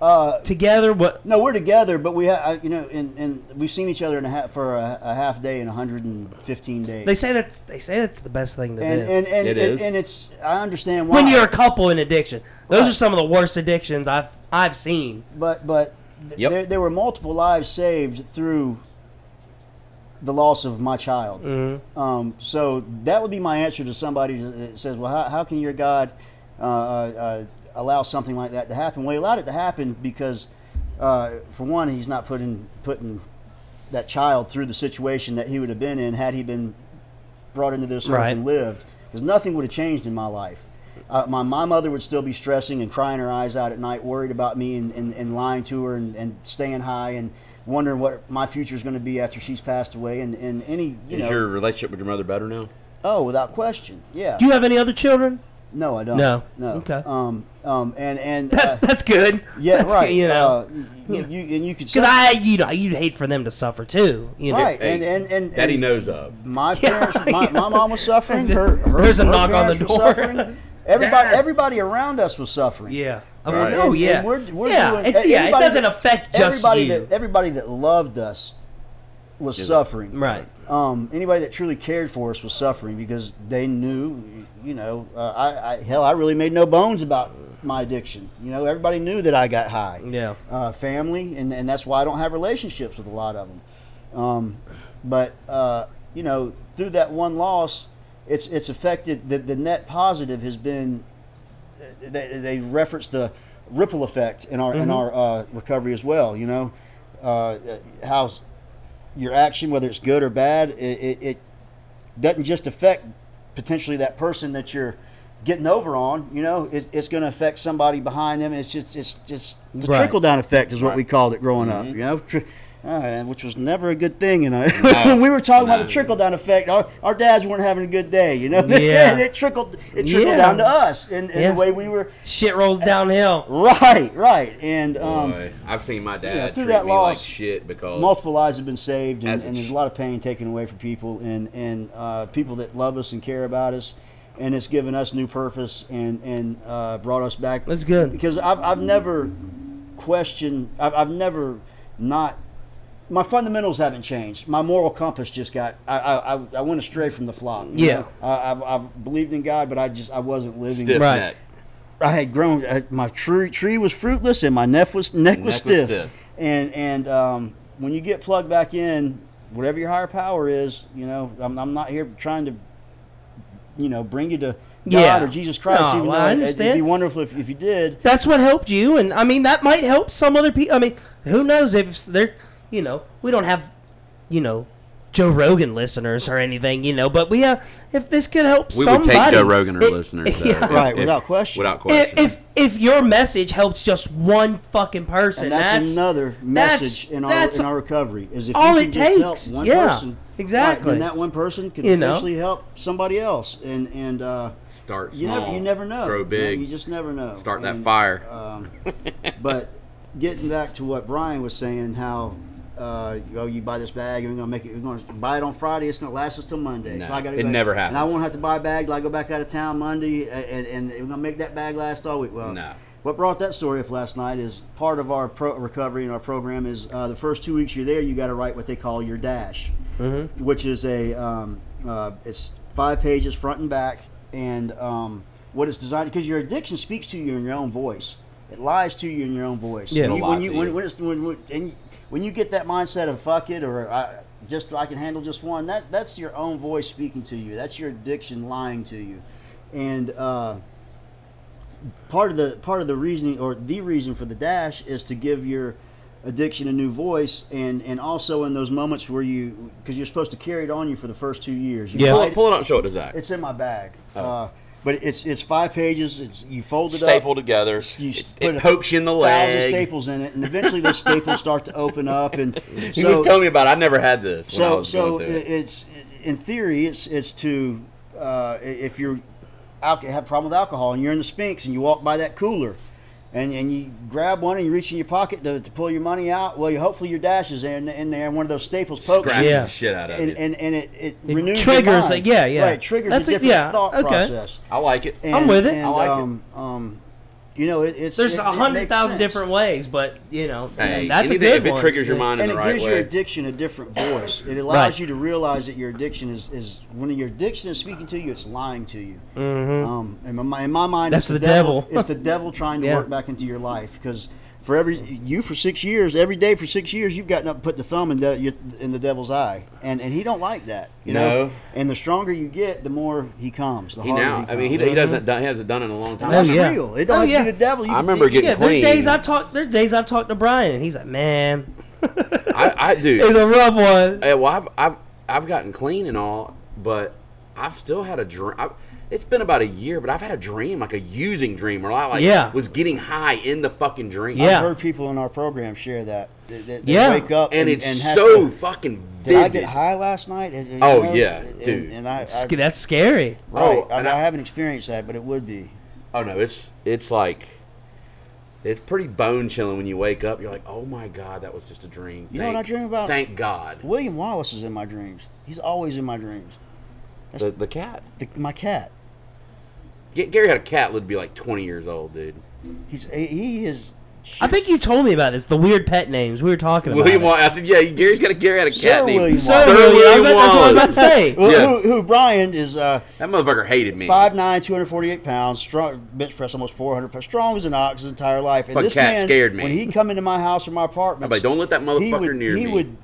Uh,
together. What?
no, we're together, but we, ha- I, you know, and, and we've seen each other in a ha- for a, a half day in 115 days.
They say that's they say that's the best thing to
and,
do.
and, and,
It
and,
is.
and it's I understand why.
when you're a couple in addiction, those
Right.
are some of the worst addictions I've I've seen.
but but th-
Yep.
there, there were multiple lives saved through the loss of my child. Um, so that would be my answer to somebody that says, "Well, how, how can your God uh, uh, allow something like that to happen?" Well, He allowed it to happen because, uh, for one, He's not putting putting that child through the situation that he would have been in had he been brought into this earth
Right.
and lived, because nothing would have changed in my life. Uh, my, my mother would still be stressing and crying her eyes out at night, worried about me and, and, and lying to her and, and staying high and wondering what my future is going to be after she's passed away. And, and any, you
Is
know,
your relationship with your mother better now?
oh, without question. Yeah.
Do you have any other children?
no, I don't.
No.
No.
Okay.
Um, um, and, and, uh,
That's, that's good.
yeah,
That's good,
right.
You
Uh,
know,
you, you, and you could say,
because I you know you'd hate for them to suffer too. You know,
right.
Hey,
and, and, and,
that he
and-
knows of.
My
Yeah,
parents, my,
yeah.
my mom was suffering. Her, her,
There's a
her
knock on the
parents were
door.
suffering. Everybody,
Yeah.
everybody around us was suffering.
Yeah. I
Right.
mean, oh
And-
yeah.
and we're- we're
yeah.
doing-
it, yeah. It
everybody
doesn't
that-
affect just
Everybody
you.
that everybody that loved us was
Yeah.
suffering.
right.
Um, anybody that truly cared for us was suffering because they knew, you know, uh, I, I hell, I really made no bones about my addiction. You know, everybody knew that I got high.
Yeah.
Uh, family, and and that's why I don't have relationships with a lot of them. Um, but uh, you know, through that one loss, it's it's affected. The, the net positive has been uh, they, they reference the ripple effect in our in our uh, recovery as well. You know, uh, how your action, whether it's good or bad, it, it, it doesn't just affect potentially that person that you're getting over on. You know, it's, it's going to affect somebody behind them. It's just it's just the
Right.
trickle down effect is what we
Right. Mm-hmm.
called it growing up. You know. Tri- all right, which was never a good thing, you know. when we were talking about the
No.
trickle down effect, our, our dads weren't having a good day, you know.
Yeah.
and it trickled, it trickled
Yeah.
down to us, and, and
Yeah.
the way we were
Shit rolls
eh,
downhill.
Right, right. And um,
Boy, I've seen my dad
yeah, through
treat
that
me
loss,
like shit because
multiple lives have been saved, and,
As a
and there's
ch-
a lot of pain taken away from people and, and uh, people that love us and care about us. And it's given us new purpose and, and uh, brought us back.
That's good.
Because I've, I've never questioned, I've, I've never not, my fundamentals haven't changed. My moral compass just got, I, I, I- I went astray from the flock. you
Yeah.
know? I, I've, I've believed in God, but I just, I wasn't living.
stiff
Right.
neck.
I had grown. I, my tree tree was fruitless, and my neck was neck, was,
Neck was
stiff.
stiff.
And and um, when you get plugged back in, whatever your higher power is, you know, I'm, I'm not here trying to, you know, bring you to God
Yeah.
or Jesus Christ.
No,
even
well,
though
I
it- It'd be
understand.
wonderful if, if you did.
That's what helped you, and I mean that might help some other people. I mean, who knows if they're you know we don't have you know Joe Rogan listeners or anything you know, but we have if this could help
We would
somebody.
take Joe Rogan or
It-
listeners, though,
yeah.
if-
Right,
if-
without question.
Without
If,
question.
if if your message helps just one fucking person,
And that's, another
that's-
message in our
that's
in our recovery is if
all
you
it
can just
takes.
help one
Yeah,
person, right,
exactly.
then that one person could
You know.
potentially help somebody else. And and uh,
Start
you
small.
never you never know.
Grow
man.
big.
You just never know.
Start that
And,
fire.
Um, but getting back to what Brian was saying, how uh, oh you buy this bag, and we're gonna make it. We're gonna buy it on Friday. It's gonna last us till Monday.
No,
so I gotta.
it
go-
never
And I
happens.
won't have to buy a bag. till I go back out of town Monday, a- and and we're gonna make that bag last all week. Well,
No.
What brought that story up last night is part of our pro- recovery and our program is uh, the first two weeks you're there, you got to write what they call your dash, which is a um, uh, it's five pages front and back, and um, what it's designed because your addiction speaks to you in your own voice. It lies to you in your own voice.
Yeah.
When you,
It'll
when
lie
you,
to
when,
you.
when it's when, when, and you- when you get that mindset of fuck it or I just I can handle just one that that's your own voice speaking to you. That's your addiction lying to you, and. Uh, part of the part of the reasoning or the reason for the dash is to give your addiction a new voice and and also in those moments where you because you're supposed to carry it on you for the first two years you
Yeah.
pull,
buy
it,
it-
pull Oh. it out and show it to Zach.
it's in my bag uh, but it's it's five pages it's, you fold it
Stapled
up
together.
you
It,
put
it
a
pokes you in the
thousand
leg.
staples in it and eventually those staples start to open up and
He
so,
was telling me about. it. I never had this. when I
so
was
so
going through
it- it's in theory it's it's to uh, if you're alco- have a problem with alcohol and you're in the Sphinx and you walk by that cooler and, and you grab one and you reach in your pocket to, to pull your money out well you hopefully your dash is in, in there and one of those staples pokes
scratches
you
Yeah.
the shit out of
and,
you.
and, and it, it, renews your
triggers
mind.
it, yeah, yeah.
right it triggers
That's
a
a-
different
yeah,
thought
okay.
process
I like it.
I'm with it. I
and,
like it.
um, um, You know, it, it's
There's
it-
a
it
hundred
makes
thousand
sense.
different ways, but you know
Hey,
that's a
anything-
good
if it
one.
triggers your
Yeah.
mind
and
in the
it
right
gives
way.
your addiction a different voice. It allows
Right.
you to realize that your addiction is, is when your addiction is speaking to you, it's lying to you.
Mm-hmm.
Um, in, my, in my mind,
That's
it's
the devil.
it's the devil trying to
Yeah.
work back into your life because for every you for six years, every day for six years, you've gotten up and put the thumb in the your, in the devil's eye, and and he don't like that. You know,
No.
and the stronger you get, the more he comes. The
He
harder
now,
he
I mean, he,
comes.
he doesn't done, he hasn't done it in a long time.
that's
Oh, yeah.
real. It don't
Oh,
have to
yeah.
be the devil. You
I
can-
remember
it-
getting
Yeah,
clean.
there's days I've talked. There's days I've talked to Brian, and he's like, "Man,
I, I do.
it's a rough one."
Yeah, well, I've, I've I've gotten clean and all, but I've still had a dream. I've, it's been about a year, but I've had a dream, like a using dream, where I like
Yeah.
was getting high in the fucking dream.
Yeah.
I've heard people in our program share that. They, they- they
Yeah.
wake up
and
and,
it's
and have
so
to-
fucking
Did I
vivid.
get high last night? Is- you
Oh,
know,
yeah,
and-
dude.
And I, I,
It's- that's scary.
right,
Oh,
I,
and
I
I-
haven't experienced that, but it would be.
Oh no, it's it's like it's pretty bone chilling when you wake up. You're like, oh my god, that was just a dream.
You know what I dream about?
Thank God.
William Wallace is in my dreams. He's always in my dreams.
The, the cat.
The, my cat.
G- Gary had a cat that would be like 20 years old, dude.
He's he- he is.
I think you told me about this. The weird pet names we were talking about.
William
it.
Wallace. I said, yeah, Gary's got a Gary had a cat
Sir
named
William
So
Wallace.
Sir
William, I
William
bet that's what I'm about to
Wallace.
say.
Well, who,
Yeah.
who Brian is uh,
That motherfucker hated me.
5'9", 248 pounds, strong, bench press almost 400 pounds, strong as an ox his entire life. And
Fuck,
this
cat
man,
scared me.
when he'd come into my house or my apartment,
But don't let that motherfucker
he would,
near
he
me.
would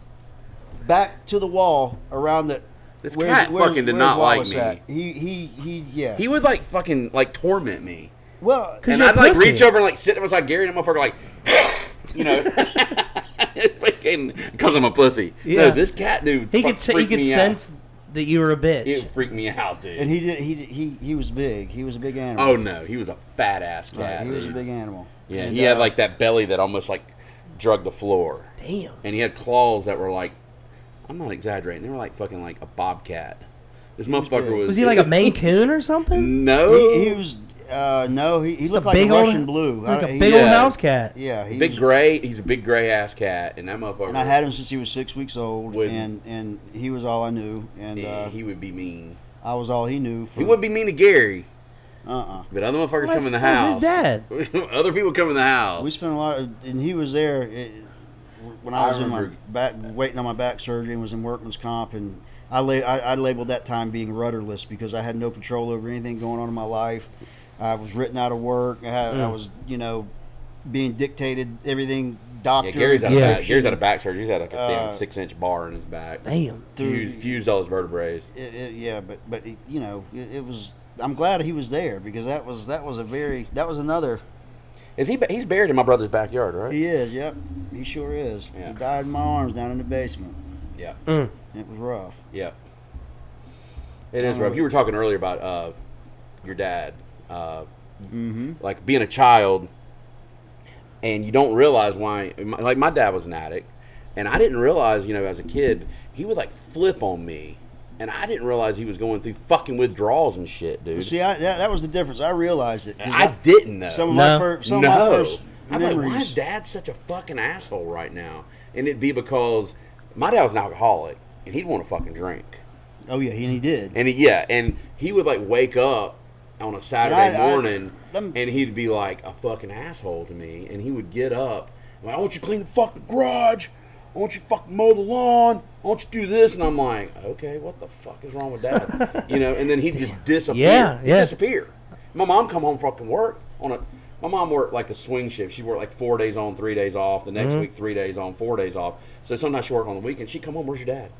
back to the wall around the.
This cat fucking did not like me.
at? He, he, he, yeah.
He would like fucking like torment me,
well,
'Cause
and
you're
I'd like
pussy.
reach over and like sit beside Gary and that motherfucker like, you know, because I'm a pussy.
Yeah.
No, this cat dude.
He
fuck
could t- he
freaked
could
me out.
sense that you were a bitch.
It freaked me out, dude.
and he did, he, did, he, he was big. He was a big animal.
oh no, he was a fat ass
Right,
cat.
he was a
dude.
big animal.
Yeah,
And,
he had
uh,
like that belly that almost like drug the floor,
Damn.
and he had claws that were like, I'm not exaggerating. They were like fucking like a bobcat. This motherfucker
big.
was.
Was he like a Maine Coon or something?
No,
He, he was uh, no, he, he
Just
looked like a
old-
Russian blue.
Like
I-
a
he-
big old
Yeah.
house cat.
yeah, he
big
was-
gray. He's a big gray ass cat, and that motherfucker.
And I had him since he was six weeks old,
Would-
and and he was all I knew, and
Yeah,
uh,
he would be mean.
I was all he knew. For,
He wouldn't be mean to Gary,
Uh uh
but other motherfuckers
Well,
come in the
that's-
house.
that's
other people come in the house.
We spent a lot, of, and he was there it, when I
I
was in my
remember-
back, waiting on my back surgery, and was in workman's comp, and I, la- I I labeled that time being rudderless because I had no control over anything going on in my life. I was written out of work. I, had-
Mm.
I was, you know, being dictated everything. Doctor,
yeah, Gary's out of
Yeah.
back. Gary's out of back surgery. He's had like a
Uh,
damn six inch bar in his back.
Damn.
Fused, fused all his vertebrae.
it, it, yeah, but but it, you know, it, it was. I'm glad he was there because that was that was a very that was another.
Is he? ba- He's buried in my brother's backyard, right?
He is. Yep, he sure is.
Yeah.
He died in my arms down in the basement.
Yeah.
Mm.
It was rough.
Yeah. It is
Um,
rough. You were talking earlier about uh, your dad, uh,
Mm-hmm.
like being a child, and you don't realize why. Like my dad was an addict, and I didn't realize, you know, as a kid, he would like flip on me, and I didn't realize he was going through fucking withdrawals and shit, dude.
See, I, that, that was the difference. I realized it. 'cause
I didn't know.
Some of
No.
my first, some
no.
of my first
I'm like, why is
memories.
dad such a fucking asshole right now? And it'd be because my dad was an alcoholic, and he'd want to fucking drink.
oh yeah, and he did.
And he, yeah, and he would like wake up on a
I-
Saturday
I-
morning,
them-
and he'd be like a fucking asshole to me. And he would get up, like, I want you to clean the fucking garage. I want you to fucking mow the lawn. I want you to do this. And I'm like, okay, what the fuck is wrong with dad? you know, and then he'd just disappear.
Yeah,
He'd
yeah.
Disappear. My mom come home from fucking work on a. My mom worked like a swing shift. She worked like four days on, three days off. The
Mm-hmm.
next week, three days on, four days off. So sometimes she worked on the weekend. She'd come home, where's your dad?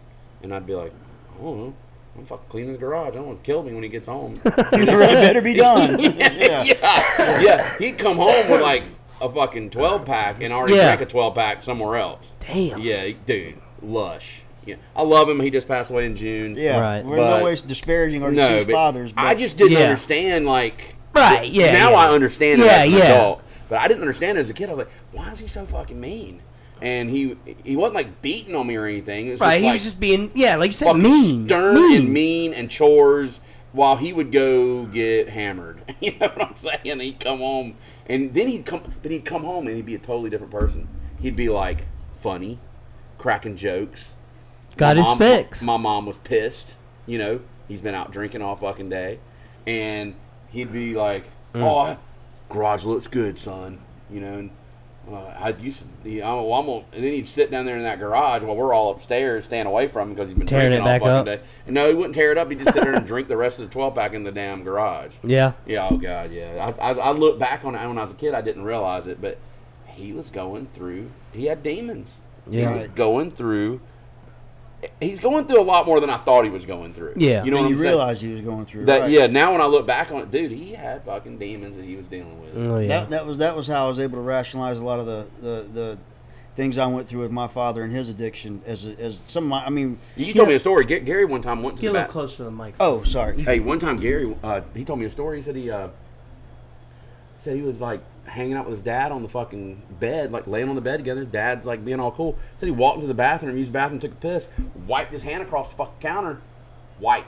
And I'd be like, I don't know. I'm fucking cleaning the garage. I don't want to kill me when he gets home. You know?
it better be done. yeah.
yeah, yeah. He'd come home with like a fucking twelve pack and already
Yeah.
drank a twelve pack somewhere else.
Damn.
Yeah, dude, lush. Yeah, I love him. He just passed away in June.
Yeah.
Right.
We're
But-
no ways disparaging our
no,
deceased
but
fathers. But
I just didn't
Yeah.
understand. Like,
Right, yeah,
Now
yeah.
I understand.
Yeah,
Yeah, as an
yeah.
Adult, but I didn't understand it as a kid. I was like, why is he so fucking mean? And he he wasn't like beating on me or anything. It was
Right.
Just
He
like,
was just being yeah, like you said,
fucking
mean.
stern
mean.
and mean and chores while he would go get hammered. You know what I'm saying? He'd come home and then he'd come but he'd come home and he'd be a totally different person. He'd be like funny, cracking jokes.
Got
My
his
mom-
fix.
My mom was pissed, you
Mm.
know, he's been out drinking all fucking day. And he'd be like, Oh, garage looks good, son. You know, and uh, I used to, you know, I'm gonna, and then he'd sit down there in that garage while we're all upstairs, staying away from him because he's been
Tearing
drinking
it
all
back
fucking
up.
day. And no, he wouldn't tear it up. He'd just sit there and drink the rest of the 12 pack in the damn garage.
Yeah.
Yeah, oh god, yeah. I, I, I look back on it when I was a kid. I didn't realize it, but he was going through. He had demons. He
Yeah.
was going through. He's going through a lot more than I thought he was going through.
Yeah.
you know
and
what
you
I'm saying?
realize he was going through
That
right.
yeah. Now when I look back on it, dude, he had fucking demons that he was dealing with.
Oh, yeah.
That, that was that was how I was able to rationalize a lot of the, the, the things I went through with my father and his addiction as a, as some of my I mean
You, told me a story. Ga- Gary one time went to
Get a
the
little
bathroom.
closer to the mic.
oh sorry
Hey, one time Gary, uh, he told me a story. He said he uh, said he was like hanging out with his dad on the fucking bed, like laying on the bed together. Dad's like being all cool. Said he walked into the bathroom, used the bathroom, took a piss, wiped his hand across the fucking counter, white.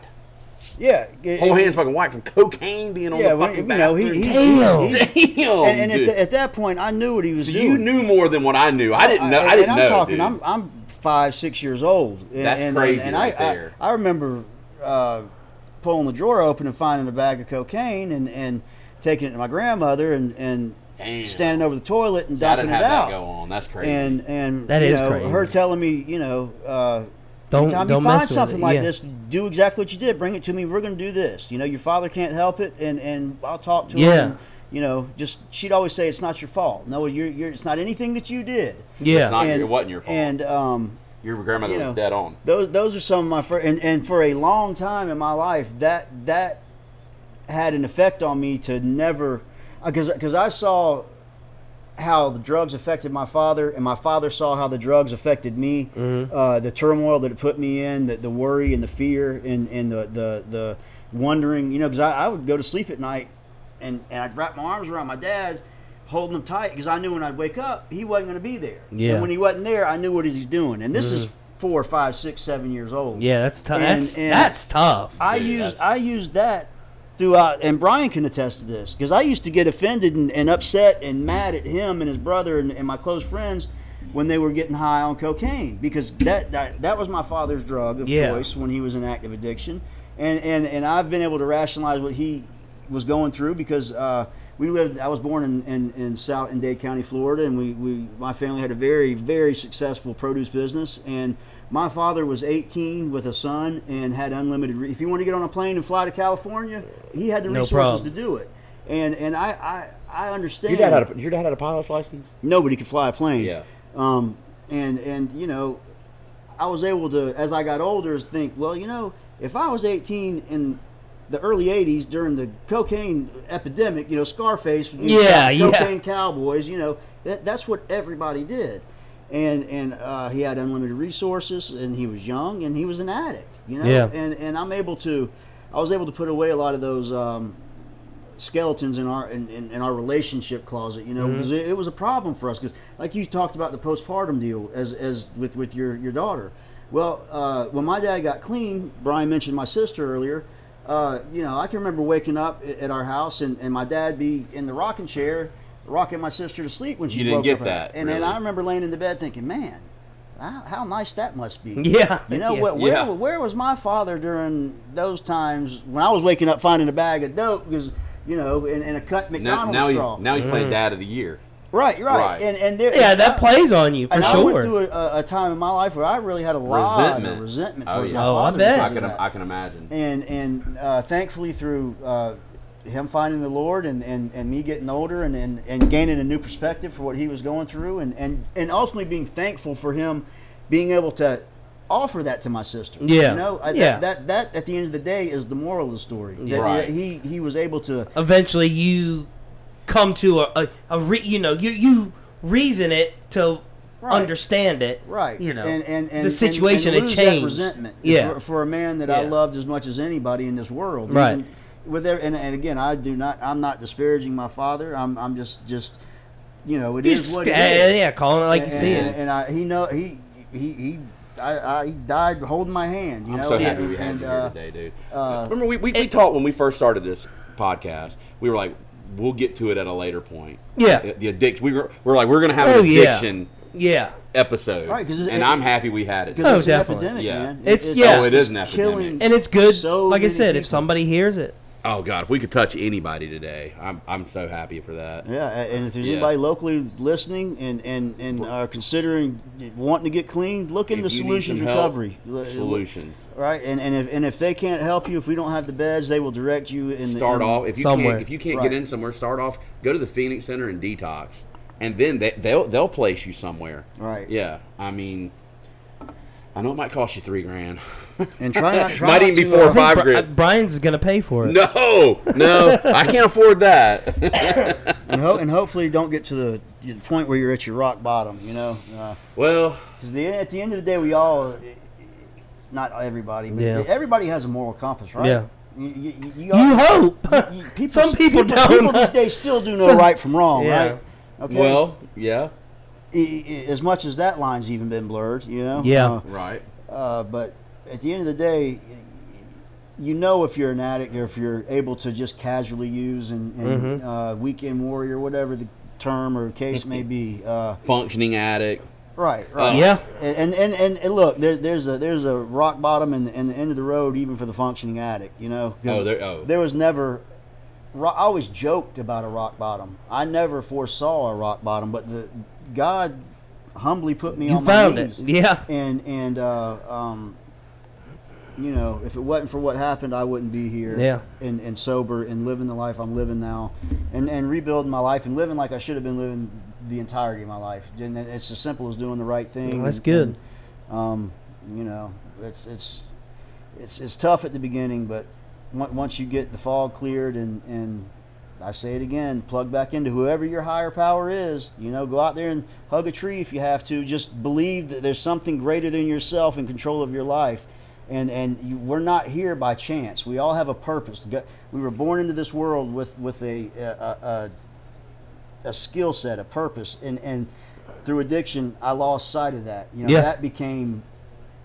yeah it-
Whole
it-
hand's fucking white from cocaine being on
yeah
the
well,
fucking
you know
bathroom.
he, he,
Damn.
he-
Damn,
and, and at,
dude.
the, at that point I knew what he was
so
doing
you knew more than what I knew. I didn't know. I,
and
didn't
I'm
know.
Talking,
dude.
I'm I'm five six years old. And,
That's
and,
crazy
And,
right
I, I-
there.
I remember uh, pulling the drawer open and finding a bag of cocaine and, and taking it to my grandmother and and
Damn.
standing over the toilet and
I
dumping
didn't
it
have
out.
that go on. That's crazy.
And and
That
you
is
know,
crazy.
her telling me you know. Uh,
Don't-
Anytime
don't
you find
mess with
something
it,
like
yeah.
this, do exactly what you did. Bring it to me. We're going to do this. You know, your father can't help it, and, and I'll talk to
Yeah.
him. and, You know, just she'd always say it's not your fault. No, you're, you're it's not anything that you did
yeah.
not- it wasn't your fault.
and, um,
Your grandmother
you know,
was dead on.
those those are some of my first, and, and for a long time in my life, that that had an effect on me to never, because because I saw how the drugs affected my father, and my father saw how the drugs affected me,
Mm-hmm.
uh, the turmoil that it put me in, the, the worry and the fear and, and the, the the wondering, you know, because I, I would go to sleep at night, and and I'd wrap my arms around my dad. Holding him tight because I knew when I'd wake up he wasn't going to be there.
Yeah.
And when he wasn't there, I knew what he was doing. And this is four, five, six, seven years old.
Mm-hmm. Yeah, that's tough.
And-
That's
and-
that's tough.
I
Dude,
use
that's-
I use that throughout, and Brian can attest to this because I used to get offended and, and upset and mad at him and his brother and, and my close friends when they were getting high on cocaine because that that, that was my father's drug of
Yeah.
choice when he was in active addiction, and and and I've been able to rationalize what he was going through because. Uh, we lived. I was born in, in, in South in Dade County, Florida, and we, we my family had a very very successful produce business. And my father was 18 with a son and had unlimited. Re- if you want to get on a plane and fly to California, he had the
No
resources
problem.
to do it. And and I I, I understand.
Your dad had a your dad had a pilot's license.
nobody could fly a plane.
Yeah.
Um, and and you know, I was able to as I got older think, well, you know, if I was 18 in the early 80s during the cocaine epidemic, you know, Scarface, you know,
Yeah, yeah.
cocaine cowboys, you know, that, that's what everybody did. And and uh, he had unlimited resources, and he was young, and he was an addict, you know.
Yeah.
And and I'm able to, I was able to put away a lot of those um, skeletons in our in, in, in our relationship closet you know
Mm-hmm.
because it, it was a problem for us because like you talked about the postpartum deal as as with with your your daughter well uh, when my dad got clean brian mentioned my sister earlier uh, you know i can remember waking up a- at our house and, and my dad be in the rocking chair rocking my sister to sleep when she
You didn't
woke
get
up
that,
and then
really.
i remember laying in the bed thinking man how, how nice that must be
Yeah,
you know
yeah.
what where,
Yeah.
where was my father during those times when I was waking up finding a bag of dope because you know and, and a cut
Now,
McDonald's
now he's
straw.
now he's playing dad of the year.
right, right,
Right.
and and there
yeah, that plays on you for
and I went
sure.
through a, a time in my life where I really had a lot
Resentment.
of resentment
Oh,
towards
yeah.
my
Oh, I
father.
bet.
because
I
of
can
that.
I can imagine.
and and uh, thankfully through uh, him finding the Lord and, and, and me getting older and, and, and gaining a new perspective for what he was going through and, and, and ultimately being thankful for him being able to offer that to my sister.
Yeah.
You know, I,
Yeah.
that, that, that at the end of the day is the moral of the story. That-
Right.
that he, he was able to
Eventually, you come to a, a, a re, you know you you reason it to
Right.
understand it.
Right.
You know,
and, and, and
the situation
and,
had
and lose
changed.
That resentment.
Yeah.
For, for a man that I
Yeah.
loved as much as anybody in this world.
Right.
And with every, and, and again, I do not. I'm not disparaging my father. I'm. I'm just. Just. You know, it
You
is
just-
what it
yeah,
is.
yeah, calling it like you
and,
see
and,
it.
And I, he know he he he. I, I, he died holding my hand. You
I'm
know.
so
and-
happy we had
and,
you
uh,
here today, dude.
uh,
Remember, we, we, we talked when we first started this podcast. We were like, we'll get to it at a later point.
Yeah.
The, addiction. We were, we are like, we're gonna have
Oh,
an
yeah.
addiction
yeah.
episode,
Right, 'cause
and
it-
I'm happy we had it.
'cause
Oh,
it's an
definitely.
epidemic,
Yeah.
man.
It's- yeah.
Oh, it is an
killing-
epidemic.
And it's good.
So
like I
many
said, if
people.
somebody hears it,
Oh God, if we could touch anybody today, I'm I'm so happy for that.
Yeah, a- and if there's
Yeah.
anybody locally listening and and and are considering wanting to get clean, look into
If you need
Solutions
some help,
Recovery. L-
solutions.
right? And and if and if they can't help you, if we don't have the beds, they will direct you. In the,
start
in-
off if you
Somewhere.
can't if you can't
Right.
get in somewhere start off go to the phoenix center and detox and then they, they'll they'll place you somewhere
Right.
yeah i mean i know it might cost you three grand
and try not try
Might
not
even
to,
be four or
uh,
five
Bri-
grand.
Brian's gonna pay for it.
no no i can't afford that
and, ho- and hopefully don't get to the, the point where you're at your rock bottom. You know, Uh, because
well
the at the end of the day, we all, not everybody, but
Yeah.
everybody has a moral compass, right?
Yeah.
You, you, you, you
You
all-
hope.
you- people,
Some people
people,
don't.
People these days still do know
Some-
right from wrong,
Yeah.
right? Okay.
well yeah
I- I- as much as that line's even been blurred, you know.
Yeah.
right
Uh, uh, but at the end of the day, you know if you're an addict or if you're able to just casually use and, and
Mm-hmm.
uh, weekend warrior, whatever the term or case may be. Uh,
functioning addict
right.
Um,
Right.
Yeah.
And, and, and, and look, there, there's a there's a rock bottom and, and the end of the road even for the functioning addict. You know, 'cause
Oh, there- oh.
there was never. ro- I always joked about a rock bottom. I never foresaw a rock bottom, but the God humbly put me
You
on
found
my
it.
knees.
Yeah.
And and uh, um, you know, if it wasn't for what happened, I wouldn't be here.
Yeah.
And, and sober and living the life I'm living now, and and rebuilding my life and living like I should have been living the entirety of my life. And it's as simple as doing the right thing.
Well, that's
and-
good.
and, um, you know, it's it's it's it's tough at the beginning, but on- once you get the fog cleared and and I say it again, plug back into whoever your higher power is. You know, go out there and hug a tree if you have to. Just believe that there's something greater than yourself in control of your life. And and you, we're not here by chance. We all have a purpose. Go- We were born into this world with with a a, a, a skill set, a purpose, and and through addiction, I lost sight of that. You know,
Yeah.
that became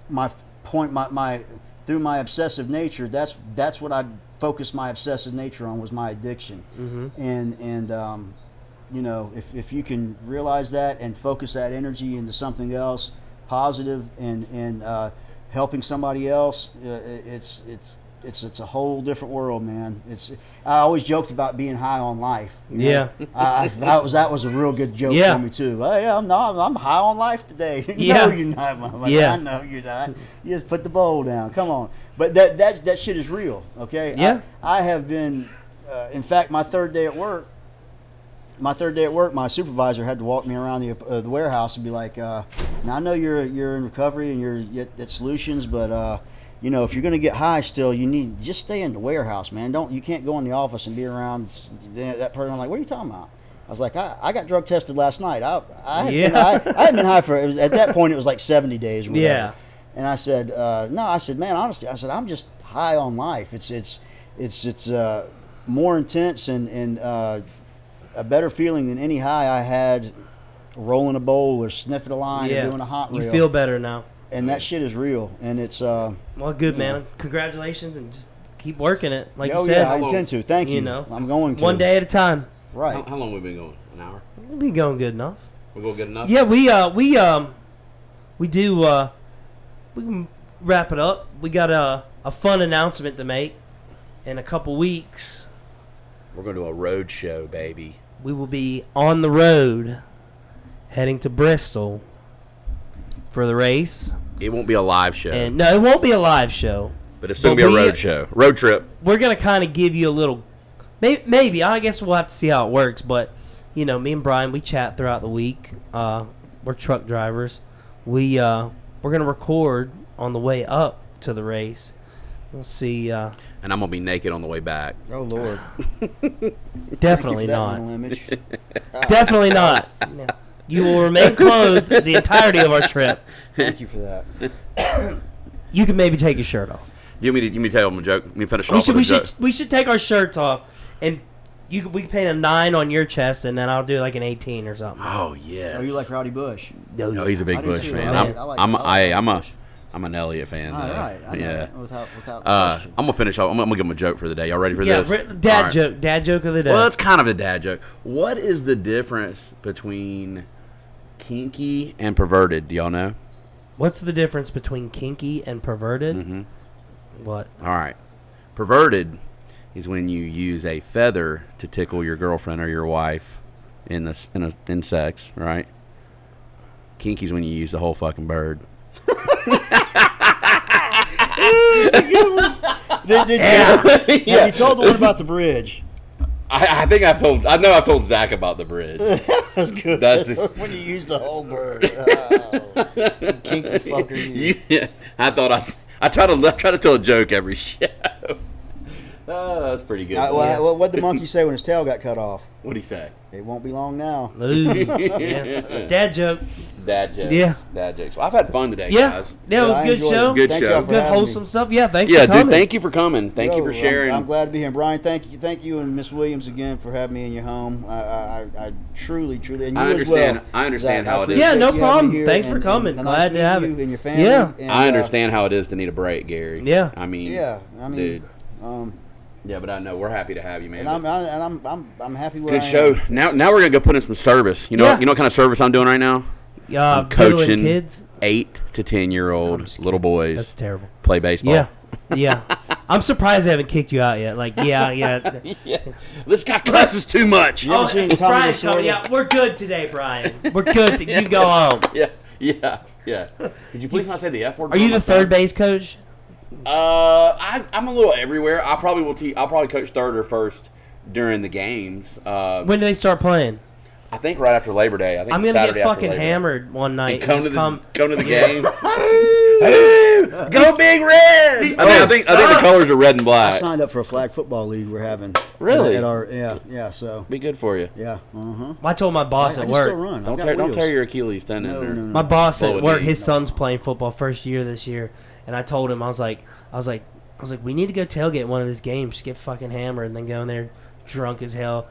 my f- point my, my through my obsessive nature that's that's what i focused my obsessive nature on was my addiction
Mm-hmm.
and and um, you know if, if you can realize that and focus that energy into something else positive and and uh, helping somebody else uh, it- it's it's it's, it's a whole different world, man. It's I always joked about being high on life. you know?
Yeah.
I, I, that was that was a real good joke
Yeah.
for me too. Oh, yeah, I'm not. I'm high on life today. no,
Yeah.
you're not. my- my-
Yeah.
I know you're not. You just put the bowl down. Come on. But that that that shit is real. Okay.
Yeah.
I, I have been. Uh, in fact, my third day at work. My third day at work, my supervisor had to walk me around the, uh, the warehouse and be like, uh, "Now I know you're you're in recovery and you're at, at Solutions, but uh, you know if you're going to get high still, you need just stay in the warehouse, man. Don't you can't go in the office and be around s- that that person." I'm like, "What are you talking about?" I was like, "I, I got drug tested last night. I I had been,
Yeah.
I, I had been high for it was, at that point it was like 70 days or whatever.
Yeah.
And I said, uh, no, I said, man, honestly, I said I'm just high on life. It's it's it's it's uh, more intense and and uh, a better feeling than any high I had rolling a bowl or sniffing a line
Yeah.
or doing a hot
you
reel.
feel better now.
and that shit is real. And it's uh,
Well, good man. Congratulations, and just keep working it, like
oh
you said.
yeah, I
Hello.
intend to. Thank you.
you know,
I'm going to
one day at a time.
how,
Right.
how long we been going an hour
We'll be going good enough.
we go good enough
Yeah, we uh we um we do uh we can wrap it up. We got a a fun announcement to make in a couple weeks.
we're gonna do a road show baby
we will be on the road heading to Bristol for the race.
it won't be a live show
And no, it won't be a live show.
but it's still
but
gonna be
we-
a road show road trip
We're going to kind of give you a little maybe, maybe I guess we'll have to see how it works, but you know, me and Brian we chat throughout the week. Uh, we're truck drivers. We uh, we're going to record on the way up to the race. We'll see uh,
and i'm gonna be naked on the way back
Oh Lord.
definitely
That
not.
mental image.
Definitely not. No. You will remain clothed the entirety of our trip.
Thank you for that.
You can maybe take your shirt off.
you want me to you want me to tell them a joke you finish
We
off
should
with
we
a joke?
should we should take our shirts off and you could- we can paint a nine on your chest and then I'll do like an eighteen or something.
oh yeah
Oh, you like Rowdy Bush?
No, he's a big
I do
Bush
too.
fan.
I
I'm,
like- I like-
I'm,
I like
I, I'm a,
Bush.
I'm an Elliott fan.
All
though.
right. I know
yeah.
that. Without without
Uh,
question.
I'm gonna finish off. I'm, gonna give him a joke for the day. Y'all ready for
yeah,
this?
ri-
All
dad
right.
joke, dad joke of the day.
Well, that's kind of a dad joke. What is the difference between kinky and perverted? Do y'all know?
What's the difference
Mm-hmm.
between kinky and perverted? What?
All right. Perverted is when you use a feather to tickle your girlfriend or your wife in this in a in sex, right? Kinky's when you use the whole fucking bird.
Did, did you, have you told the one about the bridge?
I, I think I've told. I know I've told Zach about the bridge.
That's good.
That's
when you use the whole bird. Oh, kinky fucker. you.
yeah, I thought I. I try to I try to tell a joke every show. Oh, that's pretty good.
Uh, well, what- What'd the monkey say when his tail got cut off?
what do you say?
It won't be long now.
Ooh, yeah. Dad joke.
Dad jokes.
Yeah.
Dad jokes. Well, I've had fun today,
Yeah,
guys.
yeah, it was
I
a good
enjoyed it.
show.
Good
Good,
Thank
show.
y'all for having
wholesome
me.
stuff. Yeah, thanks
Yeah,
for coming.
dude. Thank you for coming. Thank you
Yo,
for
I'm-
sharing.
I'm, glad to be here, Brian. Thank you, thank you, and Miss Williams again for having me in your home. I, I, I- I truly, truly, and you
I understand-
As well,
I understand
Zach.
how
I
it is. Yeah,
appreciate
no
you having me
problem.
here
Thanks for
and-
coming.
and
Glad
nice
to
meeting
have
you
it.
and your family.
Yeah.
and,
I
uh,
understand how it is to need a break, Gary.
Yeah.
I mean,
yeah, I mean,
dude.
um,
Yeah, but I know we're happy to have you, man.
and I'm, I, and I'm, I'm, I'm happy where
Good
I am.
show. Now, now we're gonna go put in some service. You know,
Yeah.
you know what kind of service I'm doing right now?
Uh,
I'm
diddling
coaching
kids.
eight to ten year
I'm
old
just
little boys
That's terrible.
play baseball.
Yeah, yeah. I'm surprised they haven't kicked you out yet. Like, yeah, yeah.
yeah. This guy cusses too much.
Yeah. haven't seen Tommy
Brian's
Lasorda?
coming out. We're good today, Brian. We're good. To, You go home.
Yeah, yeah, yeah. Could you please not say the F word?
Are you the third base coach?
Uh, I, I'm a little everywhere. I probably will. Te- I'll probably coach third or first during the games. Uh,
When do they start playing?
I think right after Labor Day. I think
I'm gonna
Saturday
get
after
fucking
Labor Day.
hammered one night.
And come
and
to
just
the
come.
come to the game. Go big red! I think, I think I think the colors are red and
I
black.
signed up for a flag football league we're having.
Really?
At our, yeah, yeah. So,
Be good for you.
yeah. Uh huh.
I told my
I, I
boss
can
at
still
work.
run. I've
Don't
got
tear, don't
wheels.
tear your Achilles tendon.
No,
or-
no, no.
My boss
Blow
at
a
work,
knee.
his son's playing football first year this year, and I told him I was like, I was like, I was like, we need to go tailgate one of his games, just get fucking hammered, and then go in there drunk as hell.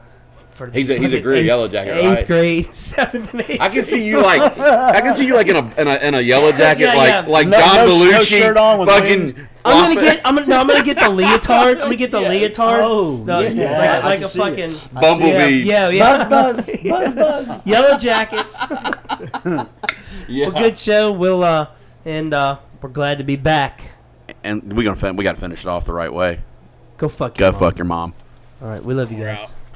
For
He's a- he's a
fucking
great yellow jacket,
eighth
right?
grade, seventh and eighth.
I can see you like I can see you like in a in a, in a yellow jacket
Yeah,
like
yeah.
like
No-
John
no- no
Belushi
shirt on with wings.
fucking.
I'm gonna
flopping-
get. I'm gonna. No, I'm gonna get the leotard. I'm gonna get the leotard.
Oh,
No,
yeah,
like-
yeah, I
like,
can
a
see it.
fucking yeah,
Bumblebee.
yeah, yeah.
Buzz, buzz, buzz.
Yellow jackets.
yeah.
Well, good show. We'll uh, and uh, we're glad to be back.
And we gonna fin- we gotta finish it off the right way.
Go fuck.
Go
your mom.
fuck your mom.
All right, we love you guys.
out.